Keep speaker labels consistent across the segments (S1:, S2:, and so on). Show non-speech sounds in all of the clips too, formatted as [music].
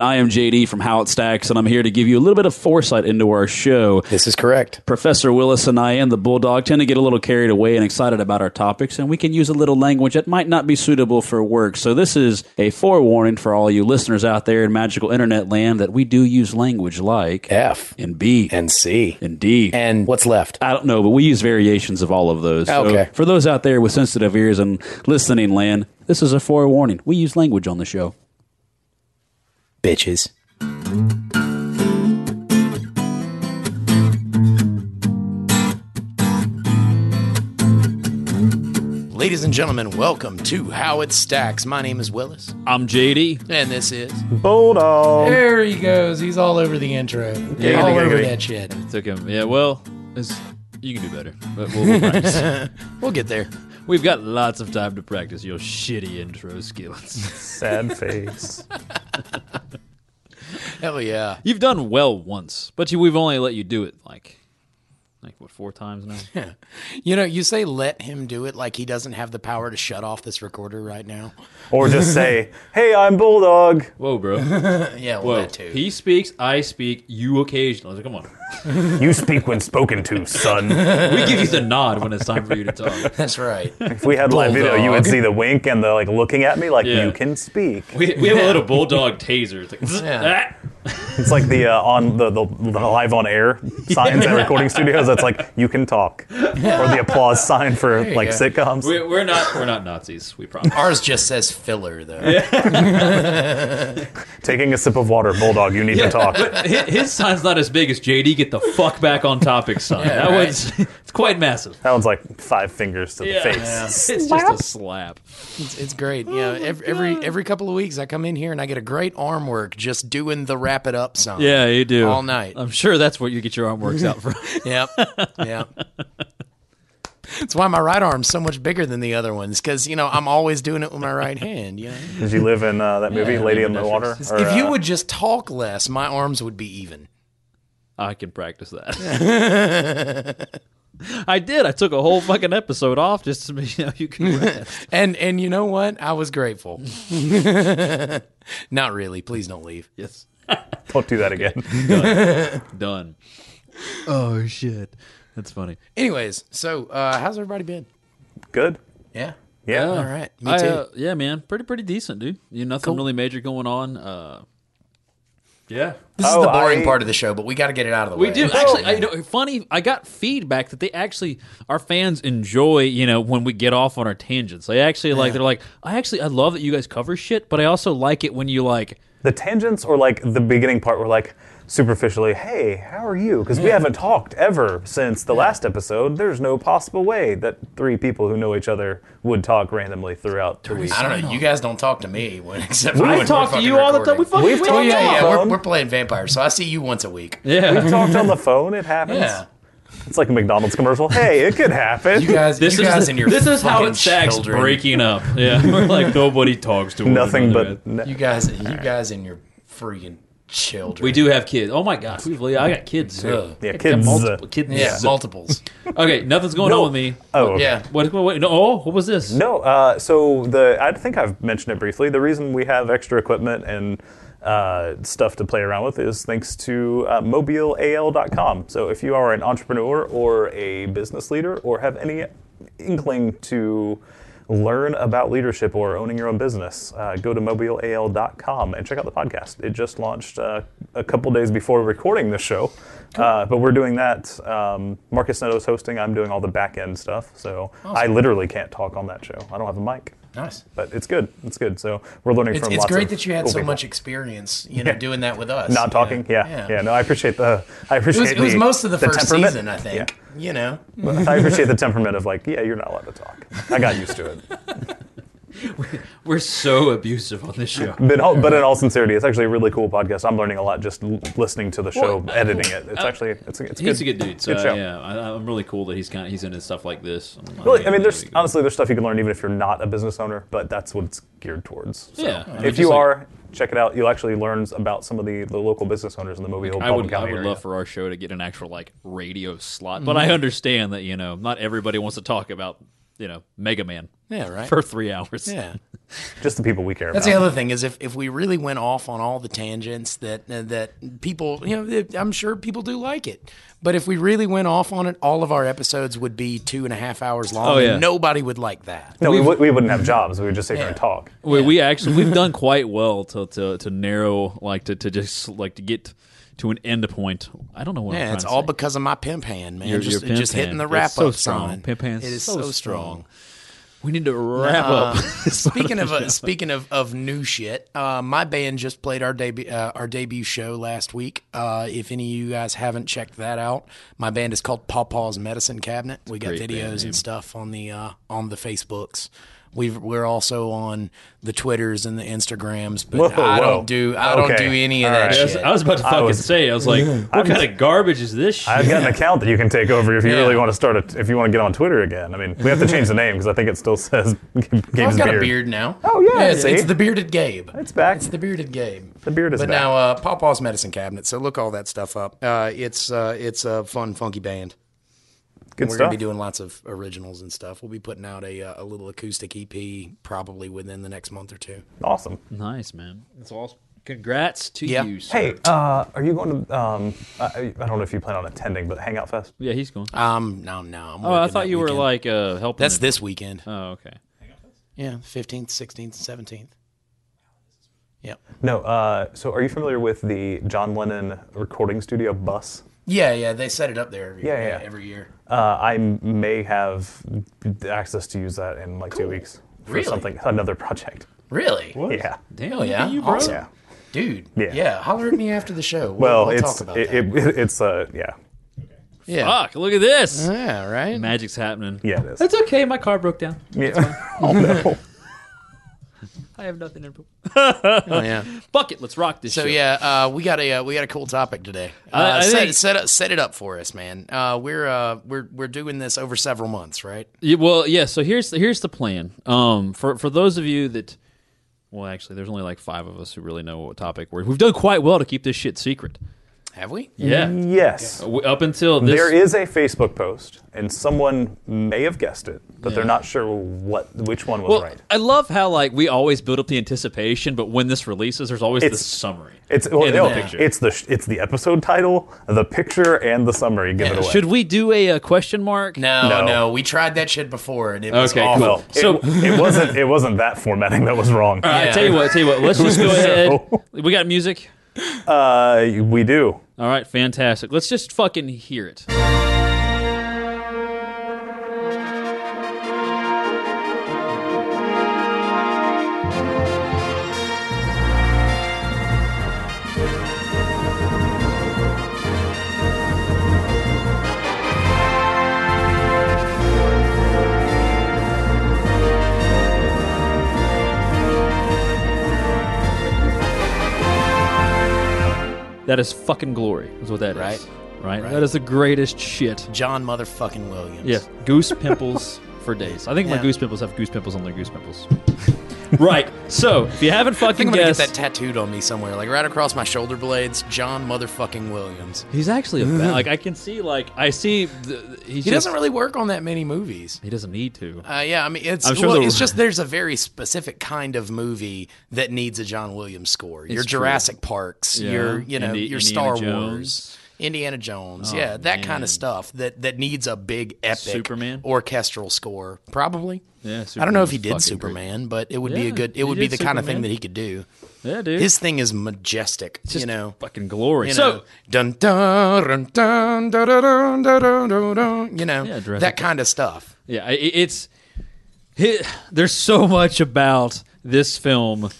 S1: I am JD from How It Stacks, and I'm here to give you a little bit of foresight into our show.
S2: This is correct.
S1: Professor Willis and I and the Bulldog tend to get a little carried away and excited about our topics, and we can use a little language that might not be suitable for work. So, this is a forewarning for all you listeners out there in magical internet land that we do use language like
S2: F
S1: and B
S2: and C
S1: and D.
S2: and what's left?
S1: I don't know, but we use variations of all of those. So
S2: Okay.
S1: for those out there with sensitive ears and listening land, this is a forewarning. We use language on the show.
S2: Bitches. Ladies and gentlemen, welcome to How It Stacks. My name is Willis,
S1: I'm JD.
S2: and this is.
S3: Bulldog.
S4: There he goes. He's all over the intro. all
S3: giggity,
S4: over
S3: giggity.
S4: that shit.
S5: Took him. Yeah, well, it's, you can do better. But we'll,
S2: [laughs]
S5: we'll practice.
S2: We'll get there.
S5: We've got lots of time to practice your shitty intro skills. [laughs]
S3: Sad face.
S2: Hell yeah.
S5: You've done well once, but you, we've only let you do it like, like what four times
S2: [laughs]
S5: now?
S2: You know, you say let him do it like he doesn't have the power to shut off this recorder right now.
S3: [laughs] Or just say, hey, I'm Bulldog.
S5: Whoa, bro!
S2: Yeah, well,
S5: Whoa.
S2: that too.
S5: He speaks, I speak, you occasionally. Come on,
S3: You speak when spoken to, son.
S5: we give you the nod when it's time for you to talk.
S2: That's right.
S3: If we had live video, you would
S2: Bulldog.
S3: see the wink and the like looking at me like,
S5: Yeah.
S3: you can speak.
S5: We, we have a
S2: [laughs]
S5: little bulldog taser. It's like,
S2: Yeah.
S5: [laughs] "Ah."
S3: It's like the uh, on the, the, the live on air signs at recording studios that's like, you can talk. Or the applause sign for like
S2: go.
S3: sitcoms.
S5: we, we're not we're not Nazis. We promise.
S2: Ours just says filler, though.
S3: Taking a sip of water, Bulldog, you need to [laughs] talk.
S5: But his, his sign's not as big as JD. Get the fuck back on topic sign. that
S2: right.
S5: one's [laughs] it's quite massive.
S3: That one's like five fingers to the
S5: Yeah.
S3: face.
S5: It's just a slap.
S2: It's, it's great. Yeah, every, every every couple of weeks I come in here and I get a great arm work just doing the wrap it up song.
S5: Yeah, you do
S2: All night.
S5: I'm sure that's what you get your arm works out
S2: [laughs]
S5: from. [laughs]
S2: Yep. Yep. That's why my right arm's so much bigger than the other ones because you know I'm always doing it with my right hand. You know,
S3: Did you live in uh, that movie, Lady in the Water? Or,
S2: if you
S3: uh,
S2: would just talk less, my arms would be even.
S5: I can practice that. [laughs] I did. I took a whole fucking episode off just to make you know you [laughs] can rest.
S2: And and you know what? I was grateful.
S5: [laughs]
S2: Not really. Please don't leave.
S5: yes.
S3: Don't do that [laughs] again.
S5: Done. Oh shit. That's funny.
S2: Anyways, so uh, how's everybody been?
S3: Good?
S2: Yeah.
S3: Yeah.
S2: All right. Me
S5: I,
S2: too.
S5: uh, yeah, man. Pretty pretty decent, dude. You nothing really major going on. Uh yeah,
S2: this is
S3: oh,
S2: the boring
S3: I-
S2: part of the show, but we got to get it out of the
S5: we
S2: way.
S5: do actually. I, you know, funny, I got feedback that they actually our fans enjoy. You know, when we get off on our tangents, they actually like. They're like, I actually I love that you guys cover shit, but I also like it when you like
S3: the tangents or like the beginning part were like superficially, hey, how are you? Because we haven't talked ever since the last episode. There's no possible way that three people who know each other would talk randomly throughout the week.
S2: I don't know. You guys don't talk to me when, except for when
S5: I
S2: we're
S5: talk to you
S2: fucking
S5: all the time. We
S2: recording.
S5: fucking
S3: We've
S5: we
S3: talked
S2: Oh,
S3: on
S2: yeah,
S3: the
S2: yeah. We're,
S3: phone.
S2: we're playing vampire, so I see you once a week.
S5: yeah.
S3: We've talked on the phone. It happens.
S2: Yeah.
S3: It's like a McDonald's commercial. Hey, it could happen.
S2: You guys,
S5: This
S2: you guys
S5: is
S2: and your
S5: this is how
S2: fucking
S5: it stacks
S2: children.
S5: breaking [laughs] up. Yeah, we're like nobody talks to one
S3: Nothing
S5: another.
S3: but ne-
S2: You guys, you guys and your freaking children.
S5: We do have kids. Oh my gosh, we've, I got kids too.
S2: Ugh.
S3: yeah,
S5: Got
S3: kids. uh,
S5: multiple kids.
S2: Yeah, multiples.
S5: Okay, nothing's going on with me.
S3: Oh, okay.
S2: Yeah.
S5: What? what, what no, oh, what was this?
S3: No, uh, so the I think I've mentioned it briefly. The reason we have extra equipment and uh, stuff to play around with is thanks to uh, mobileal.com. So if you are an entrepreneur or a business leader or have any inkling to learn about leadership or owning your own business, uh, go to mobileal.com and check out the podcast. It just launched uh, a couple days before recording this show.
S2: Oh.
S3: Uh, but we're doing that. Um, Marcus Neto's hosting. I'm doing all the back end stuff. So I literally can't talk on that show. I don't have a mic.
S2: Nice.
S3: But it's good. It's good. So we're learning
S2: It's,
S3: from
S2: it's
S3: lots
S2: great
S3: of
S2: that you had
S3: cool
S2: so
S3: people.
S2: much experience, you know, doing that with us.
S3: Not talking. Yeah. Yeah. No, I appreciate the. I
S2: It
S3: appreciate
S2: was, it was
S3: the,
S2: most of the, first
S3: temperament.
S2: season, I think. You know,
S3: Yeah. I appreciate the temperament of like, yeah, you're not allowed to talk. I got used to it.
S5: [laughs] We're so abusive on this show.
S3: But, all, but in all sincerity, it's actually a really cool podcast. I'm learning a lot just l- listening to the show,
S5: Well, uh,
S3: editing it. It's actually it's it's
S5: He's
S3: good.
S5: a good dude. So
S3: show.
S5: yeah, I, I'm really cool that he's kind of he's into stuff like this. I'm like,
S3: Really, I mean,
S5: really
S3: there's
S5: good.
S3: honestly there's stuff you can learn even if you're not a business owner, but that's what it's geared towards. So
S5: Yeah, I mean,
S3: if
S5: just
S3: you
S5: like-
S3: are, check it out. You'll actually learn about some of the, the local business owners in the Mobile
S5: I
S3: Baldwin
S5: would, I
S3: County
S5: would
S3: area.
S5: love for our show to get an actual like radio slot, but I understand that you know not everybody wants to talk about you know Mega Man
S2: Yeah, right.
S5: for three hours.
S2: yeah.
S3: Just the people we care
S2: That's
S3: about.
S2: the
S5: Um,
S2: other thing is if, if we really went off on all the tangents that uh, that people you know that- I'm sure people do like it, but if we really went off on it, all of our episodes would be two and a half hours long.
S5: Oh, yeah.
S2: and nobody would like that.
S3: no, we, wou- we wouldn't have jobs. We would just sit here and talk.
S5: We, we actually we've done quite well to, to, to narrow like to, to just like to get to an end point. I don't know what.
S2: Yeah,
S5: I'm
S2: it's
S5: trying to
S2: all
S5: say.
S2: because of my pimp hand, man.
S5: Your-
S2: just
S5: your pimp
S2: just hitting
S5: hand.
S2: the
S5: It's
S2: wrap
S5: so
S2: up
S5: strong.
S2: sign.
S5: Pimp hand's
S2: it is
S5: so
S2: so,
S5: strong.
S2: strong.
S5: we need to wrap up.
S2: speaking of
S3: [laughs]
S2: uh, speaking of, of new shit, uh, my band just played our debut uh, our debut show last week. Uh, if any of you guys haven't checked that out, my band is called Paw Paw's Medicine Cabinet. We got
S5: great band
S2: videos and stuff on the uh, on the Facebooks. We've, we're also on the Twitters and the Instagrams, but
S3: Whoa,
S2: I
S3: whoa.
S2: don't do I don't
S3: Okay.
S2: do any of
S3: All
S2: that
S3: right.
S5: I was,
S2: shit.
S5: I was about to fucking
S3: was-
S5: say. I was like, what kind of garbage is this? Shit?
S3: I've got an account that you can take over if you
S2: Yeah.
S3: really want to start. A, if you want to get on Twitter again, I mean, we have to change the name because I think it still says [laughs] Gabe's
S2: I've got
S3: beard.
S2: a beard now.
S3: Oh, yeah,
S2: it's,
S3: see?
S2: it's the bearded Gabe.
S3: It's back.
S2: It's the bearded Gabe.
S3: The beard is
S2: But
S3: back.
S2: now, uh, Paw Paw's Medicine Cabinet. So look all that stuff up. Uh, it's uh, it's a fun, funky band.
S3: Good
S2: We're
S3: stuff.
S2: gonna be doing lots of originals and stuff. We'll be putting out a uh, a little acoustic EP probably within the next month or two.
S3: awesome.
S5: Nice man. That's awesome. Congrats to
S2: Yeah.
S5: you. Sir.
S3: Hey, uh, are you going to? Um, I, I don't know if you plan on attending, but Hangout Fest.
S5: Yeah, he's going.
S2: Um, no, no. I'm
S5: oh, I thought you were like uh, helping.
S2: That's
S5: him.
S2: this weekend.
S5: Oh, okay.
S2: Yeah, fifteenth, sixteenth, seventeenth. Yep.
S3: No. Uh, so, are you familiar with the John Lennon recording studio bus?
S2: Yeah, yeah. They set it up there every
S3: Yeah, yeah.
S2: every year.
S3: Uh, I may have access to use that in like two weeks for
S2: Really?
S3: something, another project.
S2: Really? What?
S3: Yeah.
S5: Damn.
S2: Oh yeah,
S5: you, bro.
S2: Awesome.
S3: Yeah.
S2: dude.
S3: Yeah.
S2: Yeah. holler at me after the show. We'll,
S3: Well,
S2: we'll
S3: it's
S2: talk about
S3: it,
S2: that.
S3: it, [laughs] it's uh yeah
S2: yeah,
S5: Fuck! Look at this.
S2: yeah, right.
S5: Magic's happening.
S3: yeah it is.
S5: It's okay. My car broke down.
S3: [laughs] Yeah.
S2: [laughs]
S3: oh no.
S5: I have nothing to.
S2: Oh, yeah.
S5: Fuck it. Let's rock this.
S2: So
S5: shit.
S2: yeah, uh, we got a uh, we got a cool topic today. Uh,
S5: I- I
S2: set,
S5: think-
S2: set up, set it up for us, man. Uh, we're uh, we're we're doing this over several months, right?
S5: Yeah, well, yeah. So here's here's the plan. Um, for for those of you that, well, actually, there's only like five of us who really know what topic we're. We've done quite well to keep this shit secret.
S2: Have we?
S5: Yeah.
S3: Yes.
S5: W Up until this,
S3: There is a Facebook post, and someone may have guessed it, but they're not sure what which one was
S5: well,
S3: right.
S5: I love how like we always build up the anticipation, but when this releases, there's always
S3: It's-
S5: this summary.
S3: It's well,
S5: and
S3: no,
S5: the picture.
S3: it's the sh- it's the episode title, the picture, and the summary. Give it away.
S5: Should we do a, uh question mark?
S2: No,
S3: No.
S2: no, We tried that shit before, and it was
S5: Okay.
S2: awful.
S5: Cool.
S3: Well,
S5: So.
S3: it, it wasn't it wasn't that formatting that was wrong.
S5: I tell you what, I tell you what. Let's just
S2: [laughs]
S5: go ahead. We got music.
S3: Uh, we do.
S5: All right, fantastic. Let's just fucking hear it. That is fucking glory, is what that is.
S2: Right.
S5: Right. That is the greatest shit.
S2: John motherfucking Williams.
S5: Yeah, goose pimples for days. I think my
S2: Yeah.
S5: goose pimples have goose pimples on their
S2: [laughs]
S5: goose pimples. right. So if you haven't
S2: I
S5: fucking
S2: think I'm gonna
S5: guessed,
S2: get that tattooed on me somewhere, like right across my shoulder blades. John motherfucking Williams. [laughs]
S5: he's actually a bad, like I can see like I see the, he's
S2: He
S5: just,
S2: doesn't really work on that many movies.
S5: he doesn't need to.
S2: Uh, yeah, I mean, it's
S5: I'm sure
S2: well,
S5: the-
S2: it's
S5: [laughs]
S2: just there's a very specific kind of movie that needs a John Williams score. Your
S5: It's true.
S2: Jurassic Parks,
S5: Yeah.
S2: your you know,
S5: Indi-
S2: your
S5: Indiana
S2: Star
S5: Jones. Oh,
S2: Wars, Indiana Jones, yeah, that kind
S5: man.
S2: of stuff that that needs a big epic
S5: Superman?
S2: orchestral score, probably.
S5: Yeah,
S2: I don't know
S5: Superman's
S2: if he
S5: fucking
S2: did Superman, but it would be
S5: Yeah,
S2: a good.
S5: he
S2: It would be
S5: did
S2: the kind of thing
S5: Superman.
S2: that he could do.
S5: Yeah, dude.
S2: His thing is majestic,
S5: It's just
S2: you know.
S5: fucking glory.
S2: You
S5: so
S2: know, dun dun dun dun dun dun dun dun dun. You know
S5: Yeah, Jurassic
S2: that kind of stuff.
S5: yeah, i it's hi there's so much about this film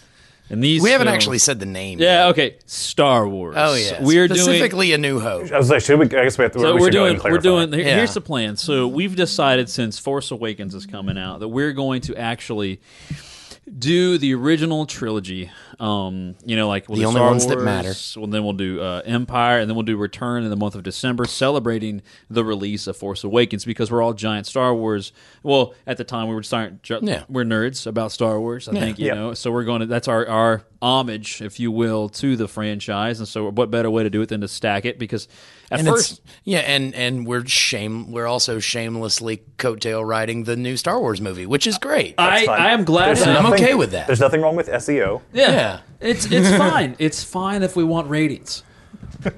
S5: and these.
S2: We haven't
S5: films.
S2: actually said the name. yet.
S5: Yeah. Okay. Star Wars.
S2: Oh yeah,
S5: We're doing
S2: specifically a new hope.
S3: I was like, should we? I guess we have to.
S5: So
S3: we
S5: we're
S3: should go ahead
S5: doing
S3: and
S5: we're
S3: clarify.
S5: doing here-
S2: Yeah.
S5: here's the plan. So we've decided since Force Awakens is coming out that we're going to actually do the original trilogy. Um, you know, like we'll
S2: The
S5: do
S2: only
S5: Star
S2: ones that
S5: Wars,
S2: matter.
S5: Well, then we'll do uh, Empire, and then we'll do Return in the month of December, celebrating the release of Force Awakens because we're all giant Star Wars. Well, at the time we were starting,
S2: Yeah.
S5: we're nerds about Star Wars. I think you
S3: Yeah.
S5: know, so we're going to. That's our our homage, if you will, to the franchise. And so, what better way to do it than to stack it? Because at
S2: And
S5: first,
S2: it's, yeah, and and we're shame we're also shamelessly coattail riding the new Star Wars movie, which is great.
S5: I,
S3: fine.
S5: I am glad.
S3: There's
S5: that-
S2: I'm
S3: nothing-
S2: okay with that.
S3: There's nothing wrong with E SEO.
S5: yeah,
S2: Yeah.
S5: it's it's fine. It's fine if we want ratings.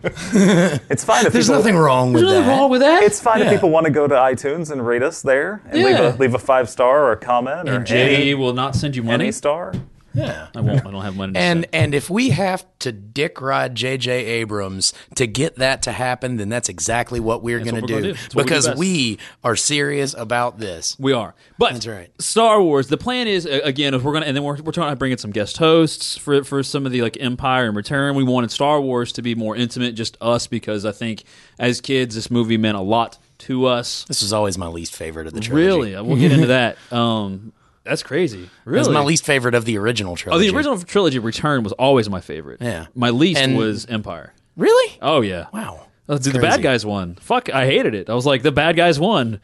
S3: It's fine if
S2: There's
S3: people,
S2: nothing wrong with
S5: There's nothing
S2: that.
S5: wrong with that.
S3: It's fine
S2: Yeah.
S3: if people want to go to iTunes and rate us there and
S5: Yeah.
S3: leave a leave a five star or a comment or
S5: And Jenny
S3: any,
S5: will not send you money.
S3: any star.
S2: yeah.
S5: I won't. I don't have money. to
S2: And
S5: send.
S2: and if we have to dick ride J.J. Abrams to get that to happen, then that's exactly what we're going to
S5: what we're gonna
S2: do
S5: do. It's what we do
S2: because
S5: best.
S2: we are serious about this.
S5: we are, but
S2: That's right.
S5: Star Wars. The plan is uh, again if we're gonna, and then we're, we're trying to bring in some guest hosts for for some of the like Empire and Return. We wanted Star Wars to be more intimate, just us, because I think as kids this movie meant a lot to us.
S2: This was always my least favorite of the trilogy.
S5: Really, we'll get
S3: [laughs]
S5: into that. Um, that's crazy.
S2: It was
S5: Really,
S2: my least favorite of the original
S5: Oh,
S2: trilogy.
S5: the original trilogy Return was always my favorite.
S2: Yeah.
S5: my least
S2: And-
S5: was Empire.
S2: Really?
S5: Oh yeah.
S2: Wow.
S5: Oh, dude, the
S2: Crazy.
S5: bad guys won. Fuck, I hated it. I was like, the bad guys won.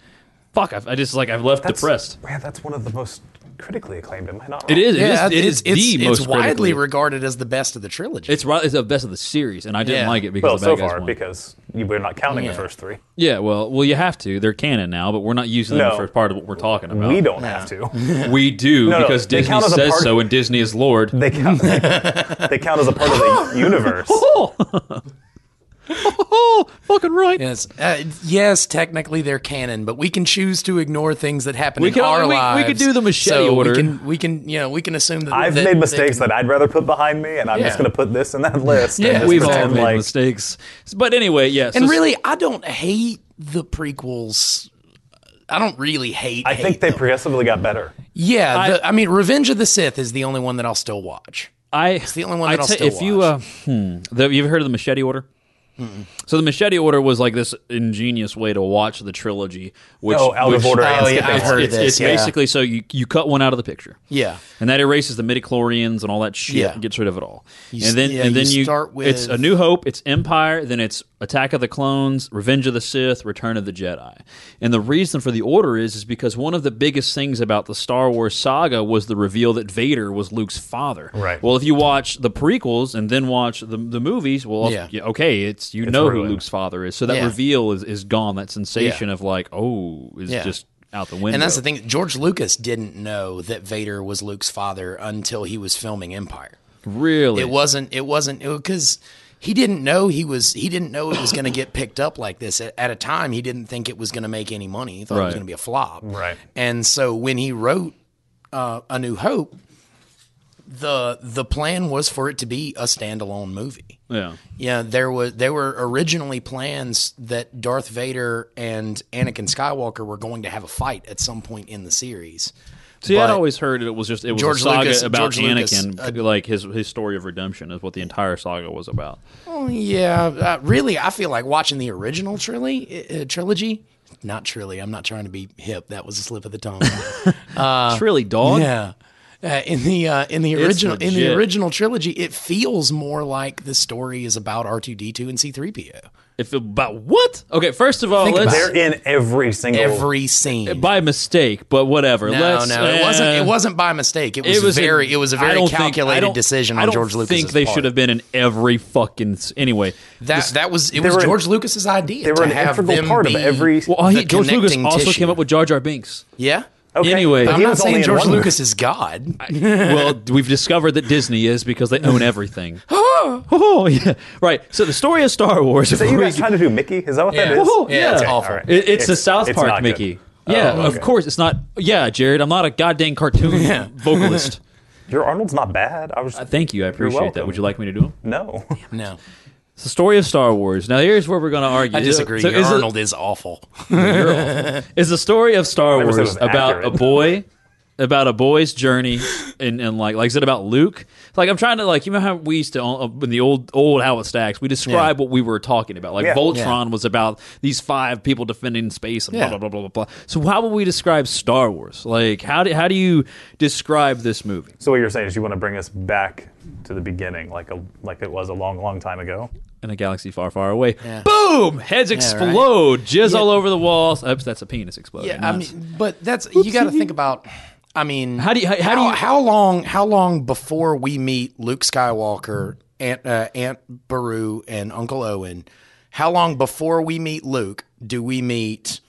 S5: Fuck, I, I just like I left
S3: That's-
S5: depressed.
S3: Yeah, that's one of the most critically acclaimed. Am I not?
S5: It
S3: wrong?
S5: is. It
S2: Yeah,
S5: is- it is
S2: it's,
S5: the
S2: it's,
S5: most
S2: it's widely
S5: critically-
S2: regarded as the best of the trilogy.
S5: It's ri- it's the best of the series, and I didn't
S2: Yeah.
S5: like it because
S3: Well, so
S5: the bad guys
S3: far
S5: won.
S3: because you, we're not counting
S2: Yeah.
S3: the first three.
S5: yeah, well, well, you have to. They're canon now, but we're not using them in
S3: No.
S5: the first part of what we're talking about.
S3: We don't
S2: [laughs]
S3: have to.
S5: We do
S3: no,
S5: because
S3: they
S5: Disney
S3: count as a
S5: says
S3: part-
S5: so, and Disney is Lord.
S2: [laughs]
S3: They count. They, they count as a part of
S5: [laughs]
S3: the universe.
S5: Oh, oh, fucking right.
S2: Yes, uh, yes. Technically, they're canon, but we can choose to ignore things that happen
S5: We
S2: in
S5: can-
S2: our
S5: we- we
S2: lives.
S5: could do the machete
S2: so
S5: order.
S2: We can, we can, you know, we can assume that
S3: I've
S2: that-
S3: made
S2: that
S3: mistakes
S2: can-
S3: that I'd rather put behind me, and I'm just
S2: Yeah.
S3: going to put this in that list. and
S2: Yeah,
S3: just
S5: We've all
S3: pretend
S5: made
S3: like-
S5: mistakes, but anyway, yes.
S2: and really, I don't hate the prequels. I don't really hate.
S3: I
S2: hate
S3: think they
S2: them.
S3: progressively got better.
S2: yeah, I, the, I mean, Revenge of the Sith is the only one that I'll still watch.
S5: I
S2: the only one
S5: I
S2: that I'll
S5: tell-
S2: still
S5: if you uh, hmm, the, you've heard of the machete order. So the machete order was like this ingenious way to watch the trilogy, which
S3: Oh, out of
S5: which-
S3: order
S2: oh,
S3: and
S2: yeah,
S3: skipping
S2: I've
S3: one.
S2: heard
S5: It's,
S2: this,
S5: it's
S2: yeah.
S5: basically so you, you cut one out of the picture,
S2: Yeah,
S5: and that erases the midi chlorians and all that shit,
S2: Yeah.
S5: and gets rid of it all.
S2: s-
S5: and then
S2: yeah, you
S5: and then you,
S2: start with-
S5: it's a New Hope, it's Empire, then it's Attack of the Clones, Revenge of the Sith, Return of the Jedi. And the reason for the order is is because one of the biggest things about the Star Wars saga was the reveal that Vader was Luke's father.
S3: Right.
S5: Well, if you watch the prequels and then watch the the movies, well,
S2: Yeah.
S5: yeah, okay, it's you know who
S3: ruined.
S5: Luke's father is. So that
S2: Yeah.
S5: reveal is is gone. That sensation of like, oh, is
S2: Yeah.
S5: just out the window.
S2: and that's the thing. George Lucas didn't know that Vader was Luke's father until he was filming Empire.
S5: Really,
S2: It wasn't. It wasn't because he didn't know he was. He didn't know it was going to get picked up like this. At, at a time, he didn't think it was going to make any money. He thought it
S5: Right.
S2: was going to be a flop.
S3: Right.
S2: And so when he wrote uh, A New Hope, the the plan was for it to be a standalone movie.
S5: yeah.
S2: Yeah, there was there were originally plans that Darth Vader and Anakin Skywalker were going to have a fight at some point in the series.
S5: See, I'd
S2: But-
S5: always heard it was just it was
S2: George
S5: a saga
S2: Lucas-
S5: about
S2: George Lucas, uh,
S5: Anakin, like his his story of redemption is what the entire saga was about.
S2: Well, yeah, uh, really, I feel like watching the original trilogy. Uh, trilogy, not trilogy. I'm not trying to be hip. That was a slip of the
S5: [laughs]
S2: tongue.
S5: it's really dog.
S2: Uh, yeah, uh, in the uh, in the original in the
S5: legit.
S2: original trilogy, it feels more like the story is about R2D2 and C3PO.
S5: If about what? Okay, first of all, let's
S3: They're in every single.
S2: Every scene.
S5: by mistake, Uh, but whatever.
S2: No,
S5: let's,
S2: no, it
S5: uh,
S2: wasn't. It wasn't by mistake. It was,
S5: a-
S2: very. it was a
S5: I
S2: very
S5: don't think- I
S2: calculated
S5: don't-
S2: decision on
S5: I don't
S2: George Lucas.
S5: think they should have been in every fucking s- anyway.
S2: That that was. It was
S3: were an-
S2: George Lucas's idea.
S3: they were
S2: to
S3: an
S2: have
S3: integral
S2: them
S3: part of
S2: be-
S3: every.
S5: Well, Oh, he,
S2: The
S5: George Lucas
S2: connecting
S5: also
S2: tissue.
S5: came up with Jar Jar Binks.
S2: Yeah.
S3: okay,
S5: anyway,
S3: but
S5: I'm
S2: I'm
S3: he
S2: not
S3: was only
S2: saying
S3: in
S2: George
S3: one
S2: Lucas is God.
S5: well, Uh,
S2: [laughs]
S5: we've discovered that Disney is because they own
S2: [gasps]
S5: everything. [laughs] oh yeah, right. So the story of
S2: [laughs]
S5: Star Wars.
S3: movie. Are you guys trying to do Mickey? Is that what that
S2: Yeah.
S3: is?
S5: Oh, yeah.
S2: it's
S5: Okay,
S2: awful.
S3: all right.
S5: It, it's, a
S3: It's-
S5: South
S3: it's
S5: Park
S3: not good.
S5: Mickey. Yeah,
S3: Oh, okay.
S5: of course it's not. Yeah, Jared, I'm not a goddamn cartoon vocalist.
S3: Your Arnold's not bad. I was.
S5: Uh, Thank you, I appreciate that.
S3: welcome.
S5: Would you like me to do them?
S3: no. [laughs]
S2: No,
S5: It's the story of Star Wars. Now here's where we're going to argue.
S2: I disagree.
S5: So
S2: Your
S5: is, it-
S2: Arnold is awful.
S5: is the story of Star
S3: never said it
S5: Wars
S3: was
S5: about
S3: [laughs] accurate.
S5: a boy? about a boy's journey and, and like like I said about Luke. Like I'm trying to like you know how we used to uh, in the old old how it stacks we describe what we were talking about. Like
S3: Yeah.
S5: Voltron was about these five people defending space and
S2: Yeah.
S5: blah blah blah blah blah. blah. So how would we describe Star Wars? Like how do how do you describe this movie?
S3: So what you're saying is you want to bring us back to the beginning, like a like it was a long, long time ago.
S5: in a galaxy far, far away. Boom! Heads explode, jizz all over the walls. Oops, that's a penis exploding.
S2: Yeah, I mean, but that's you got to think about. I mean,
S5: How do you- how- how do you-
S2: how long how long before we meet Luke Skywalker, Aunt uh, Aunt Beru, and Uncle Owen? How long before we meet Luke do we meet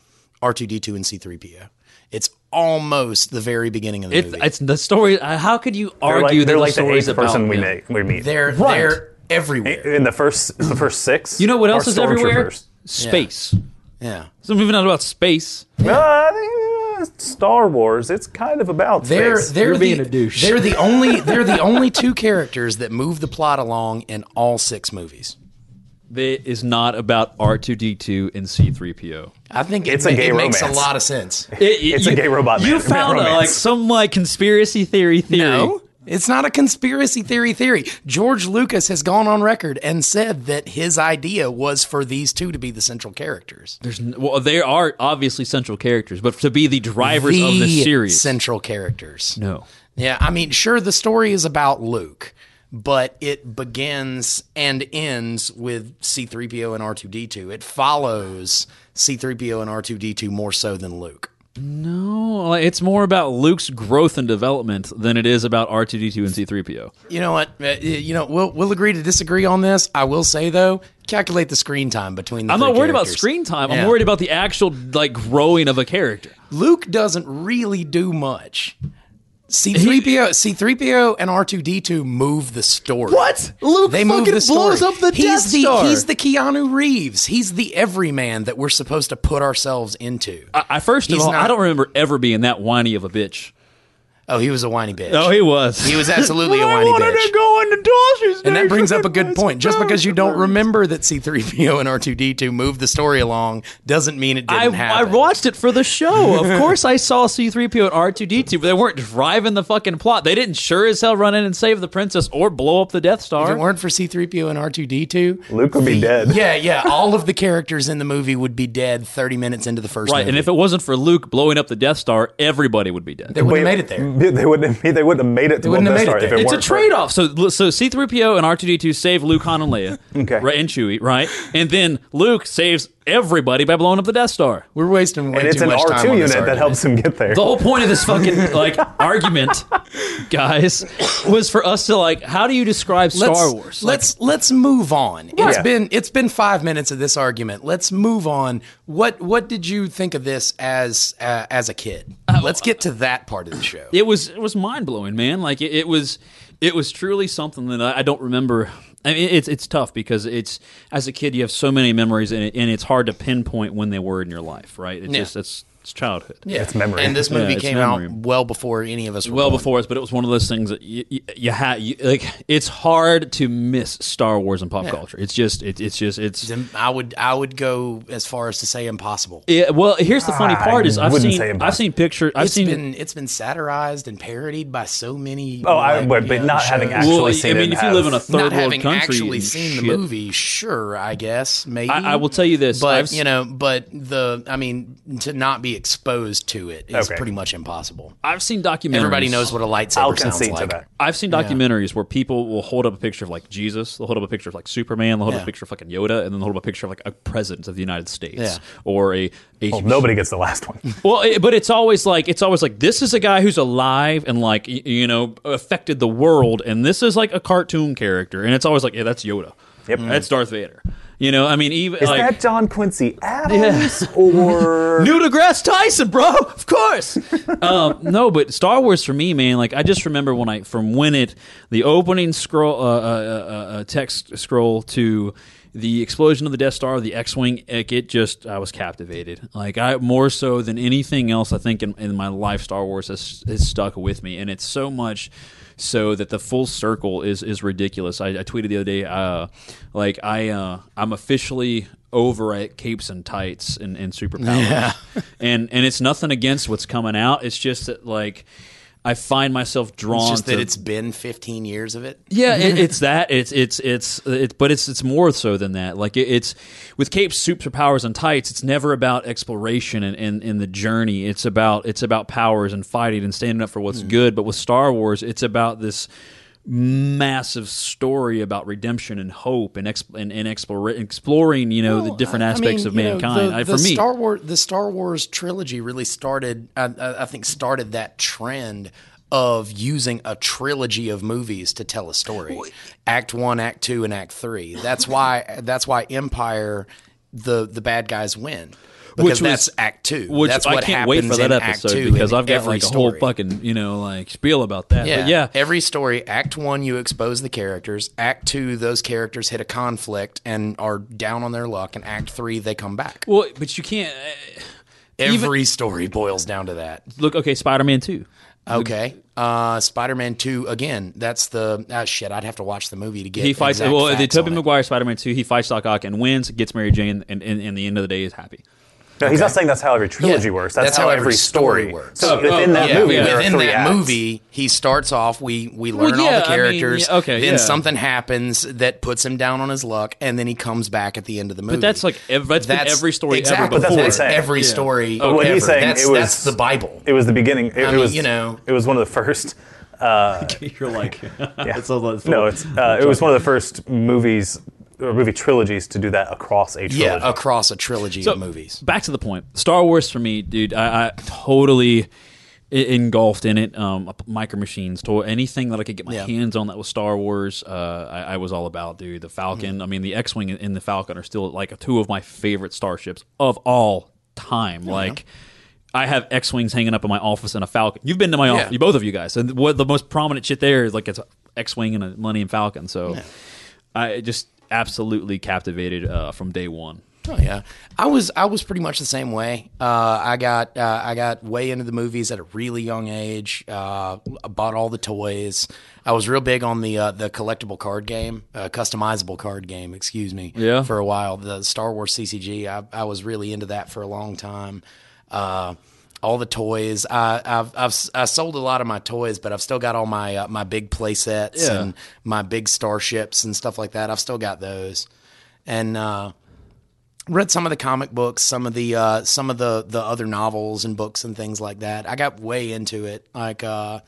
S2: R two D two and C three PO? It's almost the very beginning of the
S5: it's,
S2: movie.
S5: it's the story. uh, How could you
S3: They're
S5: argue
S3: like, they're
S5: that
S3: like
S5: the
S3: the
S5: story's
S3: eighth
S5: about
S3: person we
S5: them?
S3: make, we meet.
S2: they're
S5: Right.
S2: they're everywhere.
S3: in the first the first six.
S5: You know what else
S3: are
S5: is everywhere?
S3: stormtroopers.
S5: Space.
S2: Yeah,
S5: So moving on about space.
S3: Uh, yeah, Star Wars. It's kind of about
S2: they're
S3: space.
S2: they're
S5: You're
S2: the,
S5: being a douche.
S2: They're
S5: [laughs]
S2: the only they're the only two characters that move the plot along in all six movies.
S5: That is not about R two D two and C three PO.
S2: I think it,
S3: It's a
S2: ma-
S3: gay
S2: it makes a
S3: romance.
S2: lot of
S5: [laughs]
S2: sense.
S5: It's
S3: a gay robot
S5: You
S3: man-
S5: found a,
S3: romance.
S5: like some like conspiracy theory theory.
S2: No, it's not a conspiracy theory theory. George Lucas has gone on record and said that his idea was for these two to be the central characters.
S5: There's n- well, they are obviously central characters, but to be the drivers
S2: the
S5: of the series.
S2: central characters.
S5: no.
S2: Yeah, I mean, sure, the story is about Luke, but it begins and ends with C3PO and R2D2. It follows C3PO and R2D2 more so than Luke.
S5: No, like, it's more about Luke's growth and development than it is about R2D2 and C3PO.
S2: You know what? Uh, You know, we'll we'll agree to disagree on this. I will say though, calculate the screen time between the
S5: I'm
S2: three
S5: not worried about
S2: characters.
S5: screen time.
S2: Yeah.
S5: I'm worried about the actual like growing of a character.
S2: Luke doesn't really do much. C3PO, C3PO and R2D2 move the story.
S6: What? Luke
S2: They move
S6: fucking
S2: the story.
S6: blows up the
S2: he's
S6: Death
S2: the,
S6: Star.
S2: He's the Keanu Reeves. He's the everyman that we're supposed to put ourselves into.
S5: I, I first
S2: He's
S5: of all,
S2: not-
S5: I don't remember ever being that whiny of a bitch.
S2: oh, he was a whiny bitch.
S5: Oh, he was.
S2: He was absolutely a whiny bitch.
S5: go into Dawson's.
S2: And that brings up a good point. Just because you don't remember that C3PO and R2D2 moved the story along doesn't mean it
S5: I,
S2: didn't
S5: I
S2: happen.
S5: watched it for the show.
S2: [laughs]
S5: Of course, I saw C3PO and R2D2, but they weren't driving the fucking plot. They didn't sure as hell run in and save the princess or blow up the Death Star.
S2: If it weren't for C3PO and R2D2,
S3: Luke would be dead.
S2: Yeah, yeah. All of the characters in the movie would be dead 30 minutes into the first
S5: Right, and if it wasn't for Luke blowing up the Death Star, everybody would be dead.
S2: they wouldn't
S3: Wait,
S2: have made it there.
S3: [laughs] They wouldn't. Have, they wouldn't have made it. They
S2: wouldn't have made it there.
S5: It's a trade-off. So, so C-3PO and R2-D2 save Luke, Han,
S2: [laughs]
S5: and Leia,
S3: Okay.
S5: right, and Chewie, right? And then Luke saves everybody by blowing up the Death Star.
S2: We're wasting way
S3: And it's
S2: too
S3: an
S2: much
S3: R
S2: time
S3: two
S2: on this
S3: unit
S2: argument.
S3: that helps him get there.
S5: The whole point of this
S2: [laughs]
S5: fucking like argument, guys, was for us to like, how do you describe Star
S2: Let's-
S5: Wars? Like,
S2: Let's let's move on. It's
S3: Yeah.
S2: been it's been five minutes of this argument. Let's move on. What what did you think of this as uh, as a kid? let's get to that part of the show.
S5: it was it was mind blowing, man. Like it, it was it was truly something that I, I don't remember. I mean, it's it's tough because it's as a kid you have so many memories and, it, and it's hard to pinpoint when they were in your life, right? It's
S2: Yeah.
S5: just it's, it's childhood.
S2: Yeah.
S3: It's memory.
S2: And this movie
S5: Yeah, it's
S2: came
S5: memory.
S2: out well before any of us were
S5: well
S2: born.
S5: before us, but it was one of those things that you, you, you had. You, like, it's hard to miss Star Wars and pop culture. It's just, it, it's just, it's.
S2: Then I would I would go as far as to say impossible.
S5: Yeah, well, here's the funny
S3: I
S5: part: is I've
S3: Ah, wouldn't
S5: seen,
S3: say
S5: I've
S3: impossible.
S5: seen pictures, I've
S2: It's
S5: seen.
S2: been it's been satirized and parodied by so many.
S3: oh, I,
S2: like,
S3: but,
S2: you
S3: but
S2: know,
S3: not having
S2: shows.
S3: actually
S5: well, I
S3: seen
S5: mean,
S3: it.
S5: if you
S3: have-
S5: live in a third
S2: not
S5: world
S2: having
S5: country,
S2: actually
S5: and
S2: seen
S5: shit.
S2: the movie, sure, I guess maybe.
S5: I- I will tell you this,
S2: but
S5: I've s-
S2: you know, but the I mean, to not be exposed to it is
S3: Okay.
S2: pretty much impossible.
S5: I've seen documentaries.
S2: Everybody knows what a
S3: I'll
S2: lightsaber sounds
S3: concede
S2: like.
S3: to that.
S5: I've seen documentaries where people will hold up a picture of like Jesus, they'll hold up a picture of like Superman, they'll hold up
S2: Yeah.
S5: a picture of fucking Yoda, and then they'll hold up a picture of like a president of the United States
S2: Yeah.
S5: or a, a
S3: Well, nobody gets the last one.
S5: Well, it, but it's always like it's always like this is a guy who's alive and like y- you know affected the world, and this is like a cartoon character, and it's always like yeah, that's Yoda,
S3: Yep.
S5: that's Darth Vader. You know, I mean, even
S3: Is
S5: like
S3: that John Quincy Adams [laughs]
S2: [laughs]
S3: or
S5: Neil deGrasse Tyson, bro. [laughs] Of course. um, no, but Star Wars for me, man. Like I just remember when I from when it the opening scroll uh, uh, uh, uh, text scroll to the explosion of the Death Star, the X-wing. Like it just I was captivated. Like I more so than anything else. I think in, in my life, Star Wars has, has stuck with me, and it's so much so that the full circle is is ridiculous. I, I tweeted the other day, uh, like I uh, I'm officially over at capes and tights [laughs] and, and superpowers, and and it's nothing against what's coming out. It's just that like I find myself drawn
S2: It's just
S5: to
S2: that it's been 15 years of it.
S5: [laughs] yeah, it, it's that. It's it's it's it's but it's it's more so than that. Like it, it's with capes, superpowers, and tights. It's never about exploration and, and, and the journey. It's about it's about powers and fighting and standing up for
S2: Mm.
S5: what's good. But with Star Wars, it's about this massive story about redemption and hope and exp- and, and explore, exploring you know the
S2: Well,
S5: different
S2: I- I
S5: aspects
S2: mean,
S5: of
S2: you know,
S5: mankind.
S2: the,
S5: I,
S2: the
S5: for me,
S2: Star Wars, the Star Wars trilogy really started. I, I I think started that trend of using a trilogy of movies to tell a story. Act one, Act two, and Act three. That's why. That's why Empire, the the bad guys win. Because
S5: was-
S2: that's Act Two.
S5: which
S2: that's
S5: I
S2: what
S5: can't wait for
S2: happens
S5: that
S2: in Act
S5: episode
S2: Two
S5: because
S2: in
S5: I've got
S2: every
S5: like a
S2: story.
S5: whole fucking you know like spiel about that.
S2: Yeah.
S5: But yeah,
S2: Every story, Act One, you expose the characters. Act Two, those characters hit a conflict and are down on their luck. And Act Three, they come back.
S5: well, but you can't.
S2: Every story boils down to that.
S5: Look, okay, Spider Man Two.
S2: Okay. Uh, Spider Man 2, again, that's the. Ah, shit, I'd have to watch the movie to get
S5: he fights.
S2: exact
S5: Well, the
S2: facts
S5: Tobey
S2: on it.
S5: Maguire Spider Man Two. He fights Doc Ock and wins. Gets Mary Jane, and and, and the end of the day is happy.
S3: No, he's not saying that's how every trilogy
S2: Yeah,
S3: works. That's, how, every story, works. So
S5: Oh,
S3: within
S5: oh,
S3: that
S5: yeah,
S3: movie,
S5: yeah.
S3: there
S2: Within
S3: are three
S2: that
S3: acts.
S2: movie, he starts off. We we learn all
S5: yeah,
S2: the
S5: I mean,
S2: characters.
S5: yeah, okay,
S2: Then
S5: yeah.
S2: something happens that puts him down on his luck, and then he comes back at the end of the movie.
S5: that's like ev- that's been every story ever
S2: exactly,
S5: But
S3: that's what
S2: That's
S3: he's saying.
S2: every story.
S3: But what he's
S2: ever.
S3: saying,
S2: that's,
S3: it was
S2: that's the Bible.
S3: It was the beginning. It,
S2: I
S3: it
S2: mean,
S3: was
S2: you know.
S3: It was one of the first. Uh,
S5: [laughs] You're like,
S3: yeah. no, it's uh, it was one of the first movies or movie trilogies to do that across a trilogy.
S2: Yeah, uh, across a trilogy of movies.
S5: Back to the point. Star Wars for me, dude. I, I totally e- engulfed in it. Um, micro machines, toy, anything that I could get my
S2: Yeah.
S5: hands on that was Star Wars. Uh, I, I was all about, dude. The Falcon.
S2: Mm-hmm.
S5: I mean, the X wing and the Falcon are still like two of my favorite starships of all time. Like. I have X wings hanging up in my office and a Falcon. You've been to my
S2: Yeah.
S5: office, you both of you guys. And what the most prominent shit there is like it's X wing and a Millennium Falcon. So, I just absolutely captivated uh, from day one.
S2: Oh yeah, I was I was pretty much the same way. Uh, I got uh, I got way into the movies at a really young age. Uh, I bought all the toys. I was real big on the uh, the collectible card game, uh, customizable card game. Excuse me.
S5: Yeah.
S2: For a while, the Star Wars CCG. I, I was really into that for a long time. Uh, all the toys. I, I've, I've s- I sold a lot of my toys, but I've still got all my uh, my big play sets
S5: Yeah.
S2: and my big starships and stuff like that. I've still got those, and. Uh, read some of the comic books, some of the uh, some of the the other novels and books and things like that. I got way into it, like. Uh,